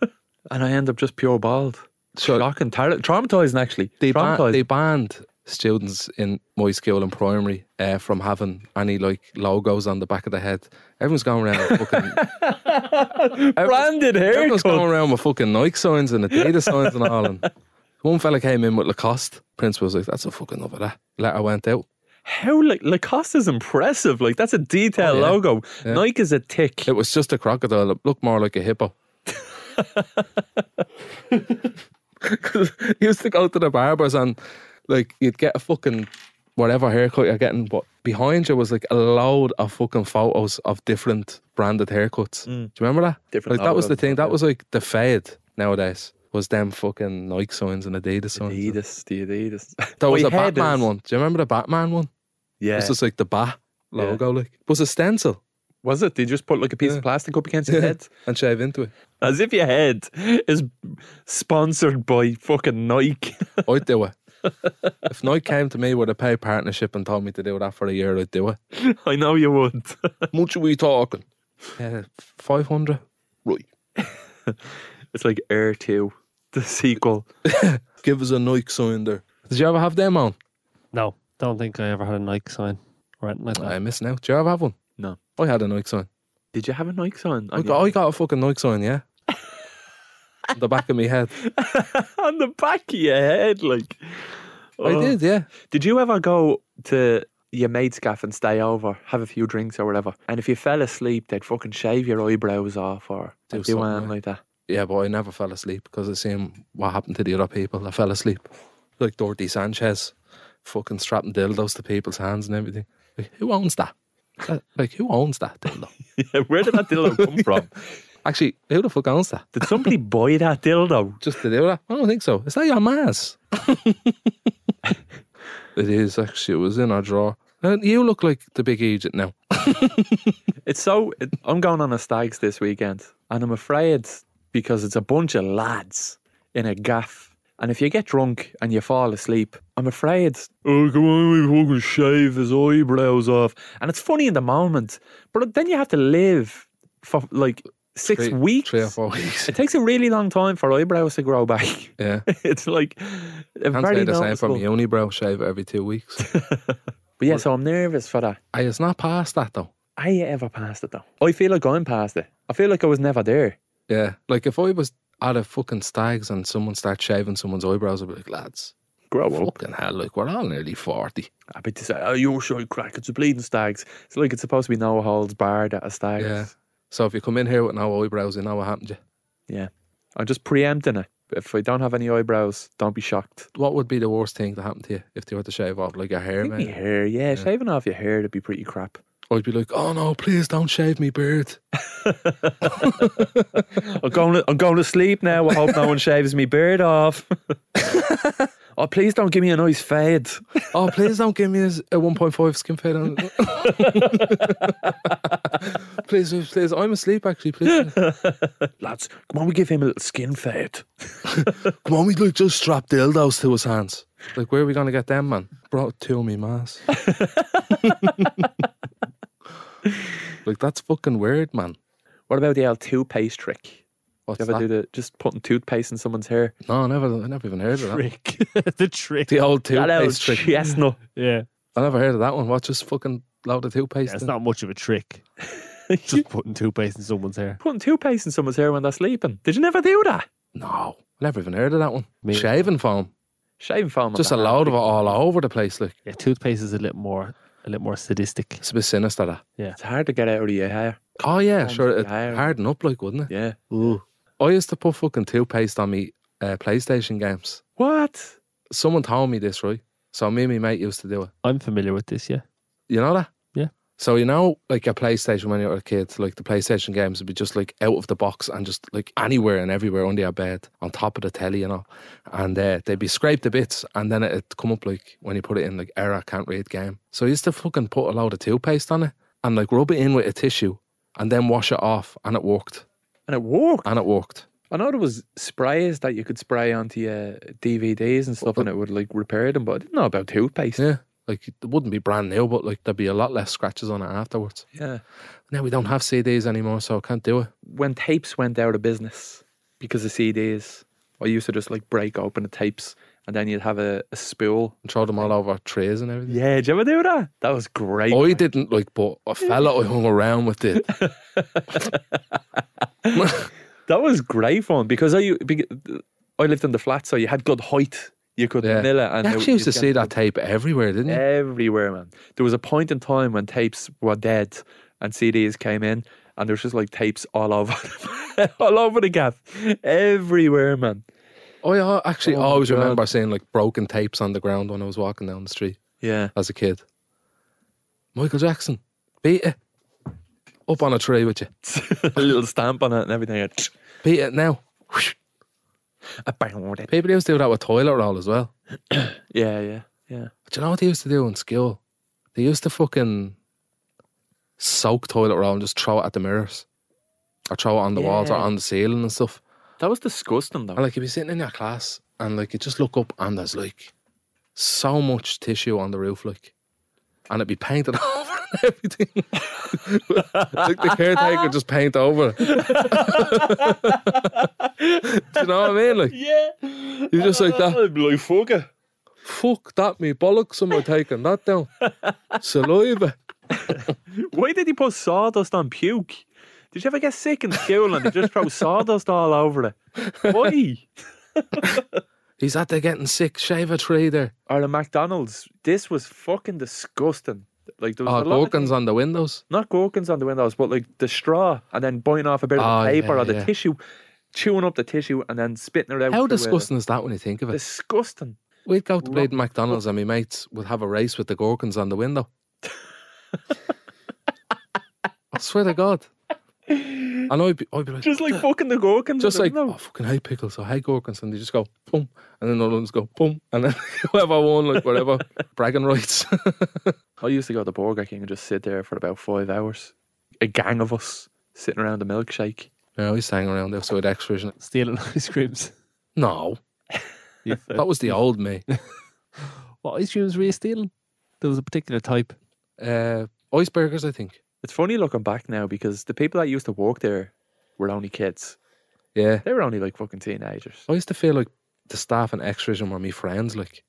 E: and I end up just pure bald.
D: So-
E: Shocking, ter- traumatizing actually.
D: They, ban-
E: traumatized.
D: they banned students in my school in primary uh, from having any like logos on the back of the head. Everyone's going around with fucking
E: branded
D: everyone's
E: haircut.
D: going around with fucking Nike signs and Adidas signs and all. And one fella came in with Lacoste. Principal was like, "That's a fucking love of that." Letter went out.
E: How like Lacoste is impressive. Like that's a detailed
D: Oh, yeah.
E: logo.
D: Yeah.
E: Nike is a tick.
D: It was just a crocodile. It looked more like a hippo. 'Cause you used to go to the barbers and like you'd get a fucking whatever haircut you're getting, but behind you was like a load of fucking photos of different branded haircuts. Do you remember that?
E: Mm. Different
D: like that was the
E: logos
D: thing.
E: and
D: That
E: stuff,
D: was like the fad nowadays. Was them fucking Nike signs and Adidas signs.
E: Adidas, the Adidas.
D: There was
E: My
D: a
E: head
D: Batman
E: is-
D: one. Do you remember the Batman one?
E: Yeah.
D: It was just like the bat
E: Yeah.
D: logo. Like it was a stencil
E: Was it? They just put like a piece
D: Yeah.
E: of plastic up against your head,
D: and shave into it.
E: as if your head is sponsored by fucking Nike.
D: I'd do it. If Nike came to me with a pay partnership and told me to do that for a year, I'd do it.
E: I know you would.
D: Much are we talking? Uh, 500. Right.
E: it's like Air Two, the sequel.
D: Give us a Nike sign there. Did you ever have them on?
F: No, don't think I ever had a Nike sign or anything like that.
D: I'm missing out. Did you ever have one?
E: No.
D: I had a Nike sign.
E: Did you have a Nike sign?
D: I got, I got a fucking Nike sign, yeah. On the back of my head.
E: on the back of your head, like.
D: I
E: Oh.
D: did, yeah.
E: Did you ever go to your mate's gaff and stay over, have a few drinks or whatever? And if you fell asleep, they'd fucking shave your eyebrows off or
D: Do
E: do,
D: something,
E: anything like that.
D: Yeah, but I never fell asleep because I seen what happened to the other people. I fell asleep. Like Dorothy Sanchez fucking strapping dildos to people's hands and everything. Like, who owns that? That- Like, who owns that dildo?
E: Yeah, where did that dildo come from?
D: Actually, who the fuck owns that?
E: Did somebody buy that dildo?
D: Just to do that? I don't think so. Is that your ma's? it is actually. It was in our drawer. And you look like the big Egypt now.
E: It's so. It, I'm going on a stags this weekend, and I'm afraid because it's a bunch of lads in a gaff. And if you get drunk and you fall asleep, I'm afraid. Oh, come on, we fucking shave his eyebrows off. And it's funny in the moment, but then you have to live for like six
D: Three-
E: weeks.
D: three or four weeks.
E: It takes a really long time for eyebrows to grow back.
D: Yeah,
E: it's like a
D: can't
E: very
D: say the same for
E: noticeable-
D: me. Only brow shave it every two weeks.
E: But yeah, so I'm nervous for that.
D: I it's not past that though.
E: Are you ever past it though? I feel like I'm past it. I feel like I was never there.
D: Yeah, like if I was at a fucking stags and someone starts shaving someone's eyebrows, I'd be like, lads,
E: Grow up.
D: fucking hell, like we're all nearly forty.
E: I bet they say, oh, you're sure crack, it's a bleeding stags. It's like it's supposed to be no holds barred at a stags.
D: Yeah. So if you come in here with no eyebrows, you know what happened to you.
E: Yeah. I'm just preempting it. If I don't have any eyebrows, don't be shocked.
D: What would be the worst thing to happen to you if you had to shave off like your hair,
E: Think me
D: mate?
E: hair, yeah, shaving off your hair would be pretty crap.
D: I'd be like, oh no, please don't shave me beard.
E: I'm going. To, I'm going to sleep now. I hope no one shaves me beard off. oh, please don't give me a nice fade.
D: Oh, please don't give me a s- a 1.5 skin fade on. please, please, please, I'm asleep actually, please.
E: Lads, come on, we give him a little skin fade.
D: Come on, we like just strap dildos to his hands. Like, where are we going to get them, man? Brought two me mass. like, that's fucking weird, man.
E: What about the L2 paste trick?
D: What's
E: You ever
D: that?
E: do the just putting toothpaste in someone's hair?
D: No, I never, I never even heard of that.
F: Trick. the trick.
D: The old toothpaste
E: Hello,
D: trick.
E: chestnut.
F: Yeah.
D: I never heard of that one. What, just fucking load of toothpaste?
F: yeah. It's
D: in?
F: not much of a trick. Just putting toothpaste in someone's hair.
E: Putting toothpaste in someone's hair when they're sleeping. Did you never do that?
D: No, I never even heard of that one.
F: Me-
D: Shaving foam.
E: Shaving foam. on
D: Just
E: the
D: a
E: hand.
D: load of it all over the place. Like,
F: Yeah, toothpaste is a little more a little more sadistic.
D: it's a bit sinister, that.
E: It's hard to get out of your hair.
D: Oh, yeah,
E: Foam's
D: sure. It'd
E: higher.
D: harden up, like, wouldn't it?
E: Yeah.
D: I used to put fucking toothpaste on me uh, PlayStation games.
E: What?
D: someone told me this, right? So me and my mate used to do it.
F: I'm familiar with this, yeah.
D: You know that?
F: Yeah.
D: So you know, like a PlayStation when you were a kid, like the PlayStation games would be just like out of the box and just like anywhere and everywhere under your bed, on top of the telly, you know, and uh, they'd be scraped to bits, and then it'd come up like when you put it in like error, can't read game. So I used to fucking put a load of toothpaste on it and like rub it in with a tissue, and then wash it off, and it worked,
E: And it worked.
D: and it worked.
E: I know there was sprays that you could spray onto your DVDs and stuff, and it would like repair them. But I didn't know about toothpaste.
D: Yeah, like it wouldn't be brand new, but like there'd be a lot less scratches on it afterwards.
E: yeah.
D: Now we don't have CDs anymore, so I can't do it.
E: when tapes went out of business because of CDs, I used to just like break open the tapes and then you'd have a, a spool.
D: and throw them all over trays and everything.
E: Yeah, did you ever do that? That was great.
D: I didn't like, but a fella I hung around with did.
E: That was great fun because I u- bec- I lived in the flat, so you had good height. You could
D: Yeah.
E: mill it, and
D: I
E: it-
D: actually used to
E: you'd
D: see
E: get
D: that tape everywhere, didn't you?
E: Mm-hmm. everywhere, man. There was a point in time when tapes were dead and CDs came in, and there was just like tapes all over, all over the gap, everywhere, man.
D: I uh, actually
E: Oh my
D: always
E: God.
D: remember seeing like broken tapes on the ground when I was walking down the street
E: Yeah,
D: as a kid. Michael Jackson, beat it. Up on a tree with you.
E: a little stamp on it and everything.
D: Beat it now. People used to do that with toilet roll as well.
E: Yeah, yeah, yeah.
D: Do you know what they used to do in school? They used to fucking soak toilet roll and just throw it at the mirrors. Or throw it on the walls or
E: Yeah.
D: on the ceiling and stuff.
E: That was disgusting, though.
D: And like you'd be sitting in your class and like you just look up and there's like so much tissue on the roof, like and it'd be painted over and everything. like the caretaker would just paint over. it. Do you know what I mean? Like
E: yeah.
D: you're just like that.
E: I'd be like, fuck it.
D: Fuck that me bollocks am I taking that down? Saliva.
E: Why did he put sawdust on puke? Did you ever get sick in school and they just throw sawdust all over it? Why?
D: He's out there getting sick, shave a tree there.
E: Or the McDonald's. This was fucking disgusting. Like there was
D: Oh,
E: a lot of
D: Gorkins on the windows.
E: not gherkins on the windows, but like the straw and then biting off a bit of
D: Oh,
E: the paper
D: yeah,
E: or the
D: yeah.
E: tissue, chewing up the tissue and then spitting it out.
D: How
E: through a-
D: disgusting is that when you think of it?
E: Disgusting.
D: We'd go to play at McDonald's and my mates would have a race with the Gorkins on the window. I swear to God. And I'd be, I'd be like,
E: Just like fucking the gherkins.
D: just
E: I
D: like,
E: don't
D: oh,
E: know.
D: I fucking hate pickles. I hate Gorkins. And they just go, boom. And then other ones go, boom. And then whoever won, like, whatever, bragging rights.
E: Oh, I used to go to Burger King and just sit there for about five hours. A gang of us sitting around a milkshake.
D: yeah, we sang around outside extras.
F: Stealing ice creams.
D: No,
F: You
D: that was the old me.
F: What ice creams were you stealing? There was a particular type.
D: Uh, icebergers, I think.
E: It's funny looking back now because the people that used to work there were only kids.
D: Yeah.
E: They were only like fucking teenagers.
D: I used to feel like the staff and extras were my friends, like,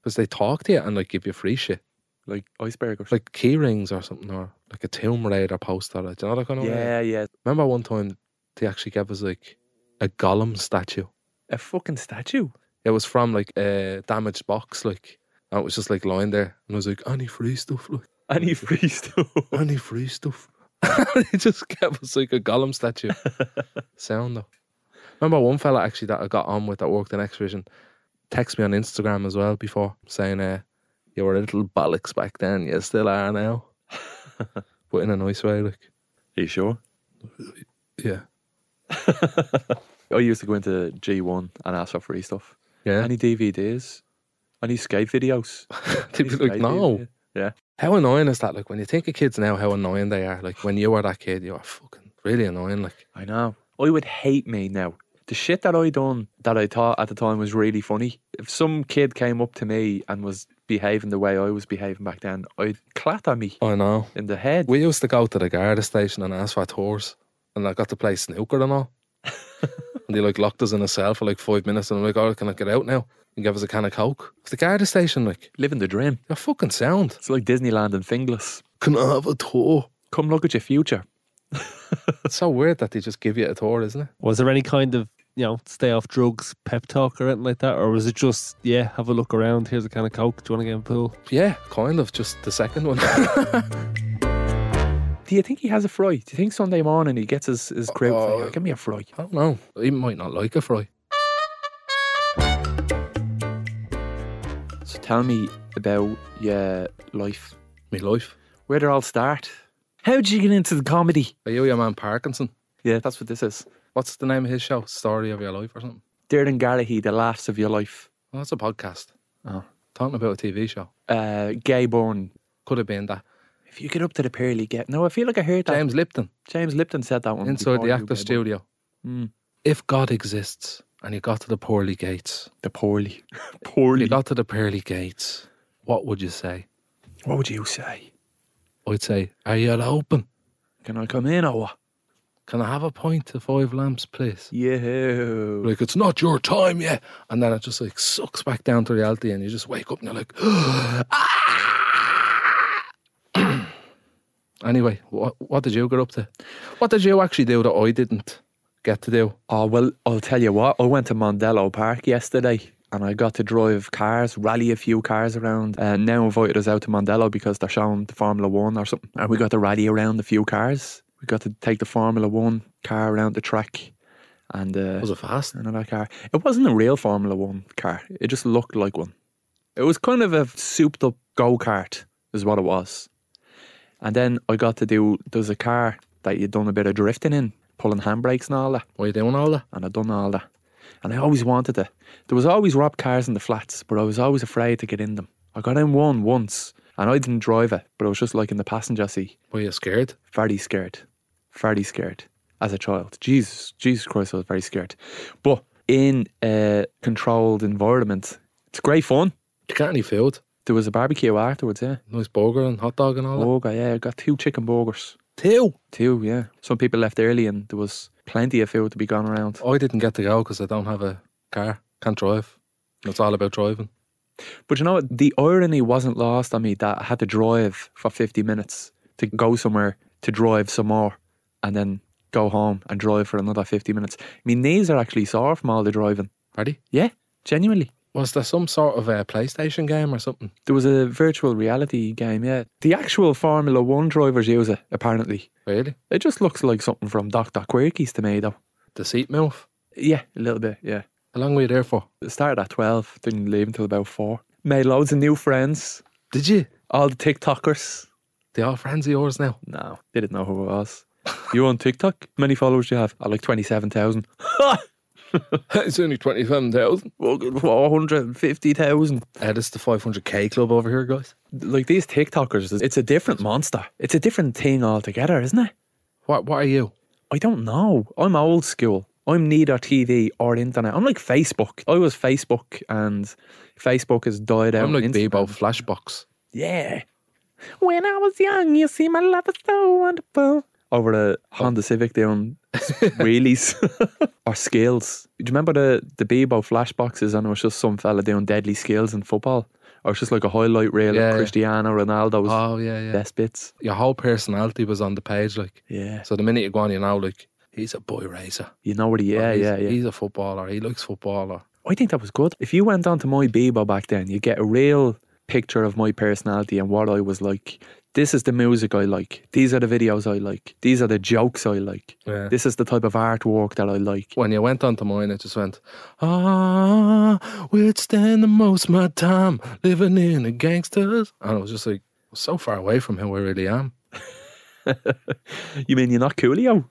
D: because they talk to you and, like, give you free shit.
E: Like icebergers.
D: like key rings or something, or like a Tomb Raider poster. Like, do you know that kind of way?
E: Oh, yeah, yeah.
D: Remember one time they actually gave us like a Gollum statue.
E: A fucking statue.
D: It was from like a damaged box, like, and it was just like lying there. And I was like, any free stuff, like,
E: And he freezed up.
D: any free stuff. they just gave us like a Gollum statue. Sound though. Remember one fella actually that I got on with that worked in X Vision text me on Instagram as well before saying, uh, you were a little bollocks back then, you still are now. but in a nice way. Like,
E: Are you sure?
D: yeah,
E: I used to go into G1 and ask for free stuff.
D: yeah.
E: Any DVDs? Any skate videos?
D: They'd be
E: Any
D: like,
E: skate
D: no.
E: videos? Yeah.
D: How annoying is that? Like when you think of kids now, how annoying they are. Like when you were that kid, you were fucking really annoying. Like
E: I know. I would hate me now. The shit that I done that I thought at the time was really funny. If some kid came up to me and was behaving the way I was behaving back then, I'd clatter me
D: I know.
E: in the head.
D: We used to go to the Garda station and ask for tours, and I got to play snooker and all. and they like locked us in a cell for like five minutes, and I'm like, "Oh, can I get out now?" And give us a can of coke. It's the Garda station, like
E: Living the dream.
D: you're fucking sound.
E: It's like Disneyland and Finglas.
D: Can I have a tour?
E: Come look at your future.
D: It's so weird that they just give you a tour, isn't it?
F: Was there any kind of you know stay off drugs pep talk or anything like that, or was it just yeah have a look around? Here's a can of coke. Do you want to get in the pool?
D: Yeah, kind of. Just the second one.
E: Do you think he has a fry? Do you think Sunday morning he gets his, his crowd? saying, "Oh, Give me a fry.
D: I don't know. He might not like a fry.
E: So tell me about your life.
D: Me life.
E: Where did it all start? How did you get into the comedy?
D: Are you your man Parkinson?
E: Yeah, that's what this is.
D: What's the name of his show? Story of Your Life or something?
E: Darren Gallagher, the laughs of your life.
D: Oh, that's a podcast.
E: Oh.
D: Talking about a TV show.
E: Uh, gay born.
D: Could have been that.
E: If you get up to the pearly gate. No, I feel like I heard that. James,
D: James Lipton,
E: Lipton said that one.
D: inside
E: before
D: the
E: you,
D: actor
E: Gay Born.
D: studio. Hmm.
E: Mm.
D: If God exists and you got to the pearly gates,
E: The poorly.
D: you
E: poorly.
D: got to the pearly gates, what would you say?
E: What would you say?
D: I'd say, Are you open?
E: Can I come in or what?
D: Can I have a pint of five lamps, please?
E: Yeah.
D: Like, it's not your time yet. And then it just like sucks back down to reality and you just wake up and you're like, "Ah!" Anyway, what, what did you get up to? What did you actually do that I didn't get to do?
E: Oh, well, I'll tell you what. I went to Mondello Park yesterday and I got to drive cars, rally a few cars around. And now invited us out to Mondello because they're showing the Formula One or something. And we got to rally around a few cars. We got to take the Formula One car around the track. And uh,
D: Was it fast?
E: another car. It wasn't a real Formula One car. It just looked like one. It was kind of a souped up go kart, is what it was. And then I got to do there's a car that you'd done a bit of drifting in, pulling handbrakes and all that.
D: Were you doing all that?
E: And I'd done all that. And I always wanted it. There was always robbed cars in the flats, but I was always afraid to get in them. I got in one once, and I didn't drive it, but I was just like in the passenger seat
D: Were you scared?
E: very scared, very scared as a child. Jesus, Jesus Christ, I was very scared. But in a controlled environment, it's great fun.
D: You got any food?
E: There was a barbecue afterwards, yeah.
D: Nice burger and hot dog and all that?
E: Burger, yeah. I got two chicken burgers.
D: Two.
E: Two, yeah. Some people left early and there was plenty of food to be gone around.
D: I didn't get to go because I don't have a car. Can't drive. It's all about driving.
E: But you know what? The irony wasn't lost on me that I had to drive for 50 minutes to go somewhere to drive some more and then go home and drive for another 50 minutes. My knees are actually sore from all the driving.
D: Ready?
E: Yeah, genuinely.
D: Was there some sort of a PlayStation game or something?
E: There was a virtual reality game, yeah. The actual Formula One drivers use it, apparently.
D: Really?
E: It just looks like something from Dr. Quirky's to me, though.
D: The seat move?
E: Yeah, a little bit, yeah.
D: How long were you there for?
E: It started at 12, didn't leave until about 4. Made loads of new friends,
D: Did you?
E: all the TikTokers.
D: They all friends of yours now.
E: No, they didn't know who I was. you on TikTok? How many followers do you have? I like 27,000.
D: it's only 27,000.
E: Fucking 450,000.
D: Uh, this is the 500k club over here, guys.
E: Like these TikTokers, it's a different monster. It's a different thing altogether, isn't it?
D: What What are you?
E: I don't know. I'm old school. I'm neither TV or internet. I'm like Facebook. I was Facebook, and Facebook has died out.
D: I'm like
E: Insta-
D: Bebo Flashbox.
E: Yeah. When I was young, you see, my love is so wonderful. Over the
D: Oh.
E: Honda Civic doing wheelies or skills. Do you remember the the Bebo flashboxes? And it was just some fella doing deadly skills in football. Or it's just like a highlight reel
D: Yeah, yeah.
E: of Cristiano Ronaldo's
D: Oh, yeah, yeah.
E: best bits.
D: Your whole personality was on the page, like.
E: Yeah.
D: So the minute you go on, you know, like, he's a boy racer.
E: You know what he? Yeah,
D: Oh, he's,
E: yeah, yeah.
D: He's a footballer. He likes footballer.
E: I think that was good. If you went onto my Bebo back then, you get a real picture of my personality and what I was like. This is the music I like. These are the videos I like. These are the jokes I like.
D: Yeah.
E: This is the type of artwork that I like.
D: when you went onto mine, it just went, ah, we'd stand the most my time living in the gangsters. And I was just like, so far away from who I really am.
E: you mean you're not Coolio?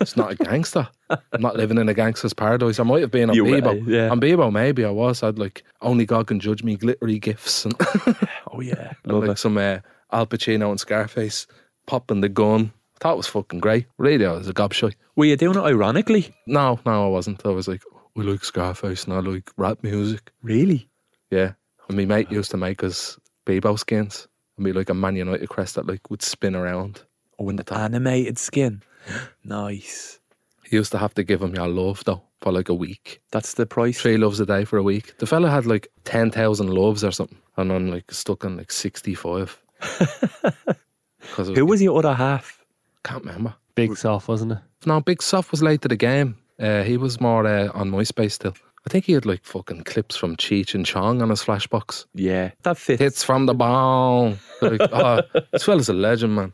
D: It's not a gangster. I'm not living in a gangster's paradise. I might have been on
E: You were,
D: Bebo.
E: yeah.
D: On Bebo, maybe I was. I'd like only God can judge me glittery gifts and,
E: Oh yeah,
D: and,
E: love
D: like
E: it.
D: some uh, Al Pacino and Scarface popping the gun. Thought it was fucking great. Radio is a gobshite.
E: Were you doing it ironically?
D: No, no, I wasn't. I was like, we like Scarface and I like rap music.
E: Really?
D: Yeah. And my mate used to make us Bebo skins. And be like a Man United crest that like would spin around.
E: Oh, in the animated skin. nice.
D: He used to have to give him your love though for like a week.
E: That's the price.
D: three loaves a day for a week. The fella had like 10,000 loaves or something, and I'm like stuck on like 65. Because
E: Who was your other half?
D: can't remember.
F: Big soft, wasn't it?
D: No, Big Soft was late to the game. Uh, he was more uh, on MySpace still. I think he had like fucking clips from Cheech and Chong on his flashbox.
E: Yeah, that fits.
D: Hits from the ball. Like, oh, this fella's a legend, man.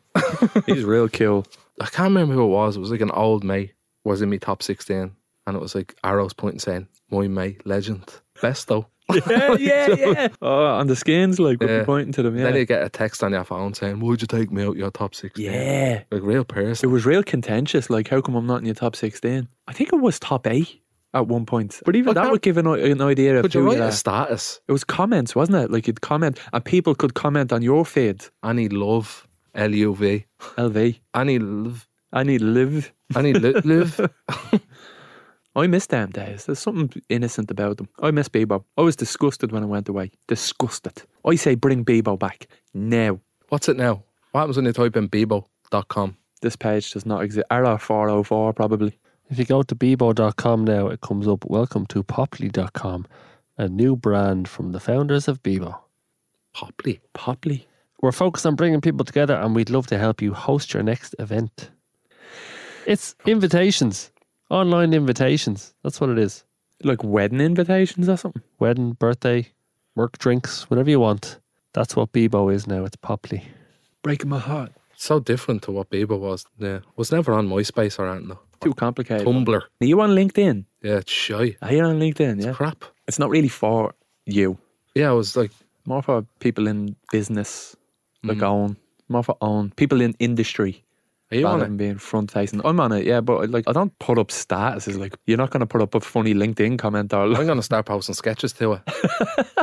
E: He's real cool.
D: I can't remember who it was. It was like an old mate was in me top 16, and it was like arrows pointing saying, "My mate, legend, best though."
E: yeah, yeah, yeah. Oh, on the skins, like we're
D: Yeah.
E: pointing to them. Yeah,
D: Then you get a text on your phone saying, "Would you take me out your top 16?
E: yeah.
D: like real
E: It
D: person.
E: was real contentious. Like, how come I'm not in your top sixteen? I think it was top eight at one point. But even
D: But
E: that
D: how-
E: would give an, i- an idea of
D: But
E: who
D: you write
E: you are.
D: a status.
E: It was comments, wasn't it? Like you'd comment, and people could comment on your feed.
D: I need love, L U V.
E: LV,
D: I need love.
E: I need live.
D: I need li- live.
E: I miss them days. There's something innocent about them. I miss Bebo. I was disgusted when I went away. Disgusted. I say bring Bebo back now.
D: What's it now? What happens when you type in Bebo.com?
E: This page does not exist. Error 404 probably.
F: If you go to Bebo.com now, it comes up Welcome to Poply.com, a new brand from the founders of Bebo.
D: Poppy.
E: Popley.
F: We're focused on bringing people together and we'd love to help you host your next event. It's invitations, online invitations. That's what it is.
E: Like wedding invitations or something.
F: Wedding, birthday, work drinks, whatever you want. That's what Bebo is now. It's Poply.
E: Breaking my heart.
D: So different to what Bebo was. Yeah, was never on MySpace or anything though.
E: Too complicated.
D: Tumblr.
E: Are you on LinkedIn?
D: Yeah, it's shy.
E: Are you on LinkedIn? Yeah.
D: Crap.
E: It's not really for you.
D: Yeah, I was like,
E: More for people in business. Like own. More for own. People in industry.
D: are you
E: rather
D: on
E: than
D: it?
E: being front facing. I'm on it, yeah, but like I don't put up statuses. Like you're not gonna put up a funny LinkedIn comment or like,
D: I'm gonna start posting sketches to it.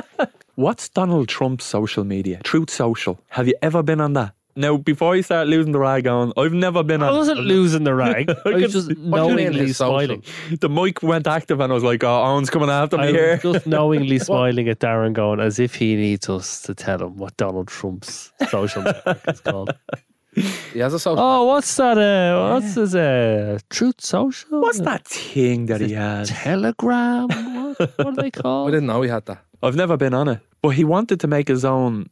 E: what's Donald Trump's social media? Truth Social. Have you ever been on that? Now, before you start losing the rag on, I've never been
F: I
E: on.
F: wasn't losing the rag. I was
E: could-
F: just
D: do you mean
F: knowingly
D: it's social?
F: smiling.
E: The mic went active, and I was like, "Oh, Owen's coming after me
F: I
E: here."
F: was just knowingly smiling at Darren going as if he needs us to tell him what Donald Trump's social network is called.
D: He has a social.
F: Oh, what's that? Uh, what's his uh, Truth Social?
E: What's that thing that he has?
F: Telegram? What, what are they
D: I
F: called?
D: didn't know he had that.
E: I've never been on it, but he wanted to make his own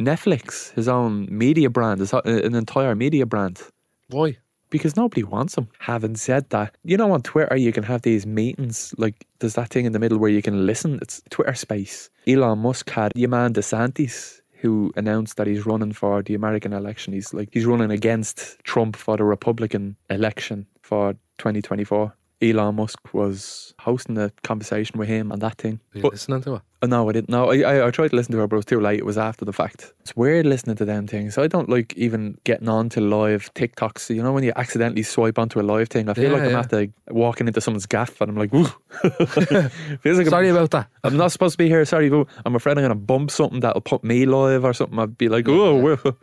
E: Netflix, his own media brand, his, uh, an entire media brand.
D: Why?
E: because nobody wants them. Having said that, you know, on Twitter, you can have these meetings. Like, there's that thing in the middle where you can listen. It's Twitter space. Elon Musk had your man DeSantis, who announced that he's running for the American election. He's like, he's running against Trump for the Republican election for 2024. Elon Musk was hosting a conversation with him on that thing.
D: Are you
E: But
D: listening to it?
E: uh, No, I didn't. No, I, I, I tried to listen to her, but it was too late. It was after the fact. It's weird listening to them things. I don't like even getting on to live TikToks. You know, when you accidentally swipe onto a live thing, I feel
D: Yeah,
E: like I'm
D: yeah.
E: after walking into someone's gaff and I'm like, woo. Feels like
D: Sorry
E: I'm,
D: about that.
E: I'm not supposed to be here. Sorry, but I'm afraid I'm going to bump something that'll put me live or something. I'd be like, oh, whoa,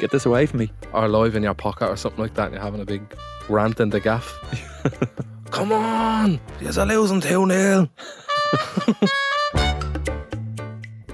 E: get this away from me.
D: or live in your pocket or something like that and you're having a big rant in the gaff. Come on! There's a losing 2 0.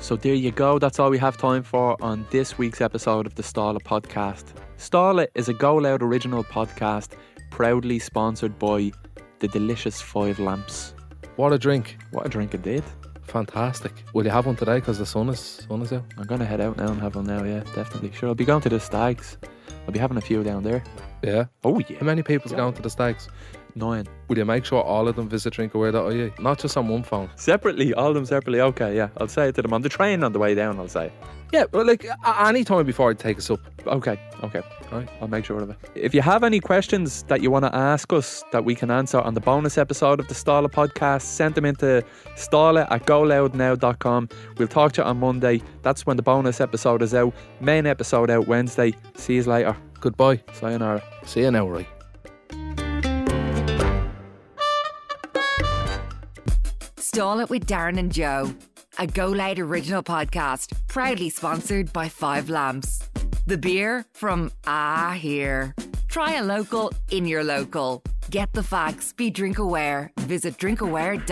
E: So there you go. That's all we have time for on this week's episode of the Starlet Podcast. Starlet is a Go Loud original podcast proudly sponsored by the delicious Five Lamps.
D: What a drink.
E: What a drink indeed.
D: Fantastic. Will you have one today? Because the sun is, sun is out.
E: I'm going to head out now and have one now, yeah, definitely. Sure, I'll be going to the Stags. I'll be having a few down there.
D: Yeah.
E: Oh,
D: How
E: yeah.
D: many people's going to the stags?
E: Nine.
D: Will you make sure all of them visit drinkaware.ie? E? Not just on one phone.
E: Separately, all of them separately. Okay, yeah. I'll say it to them on the train on the way down, I'll say. it.
D: Yeah, but like a- any time before I take us up.
E: Okay, okay.
D: Right.
E: I'll make sure of it. If you have any questions that you want to ask us that we can answer on the bonus episode of the Stala podcast, send them into stala at goloudnow.com. We'll talk to you on Monday. That's when the bonus episode is out. Main episode out Wednesday. See you later.
D: Goodbye.
E: Sayonara.
D: See you now, right?
A: Stall It with Darren and Joe, a Go Loud original podcast, proudly sponsored by Five Lamps. The beer from Ah Here. Try a local in your local. Get the facts, be drink aware. Visit drinkaware.ie.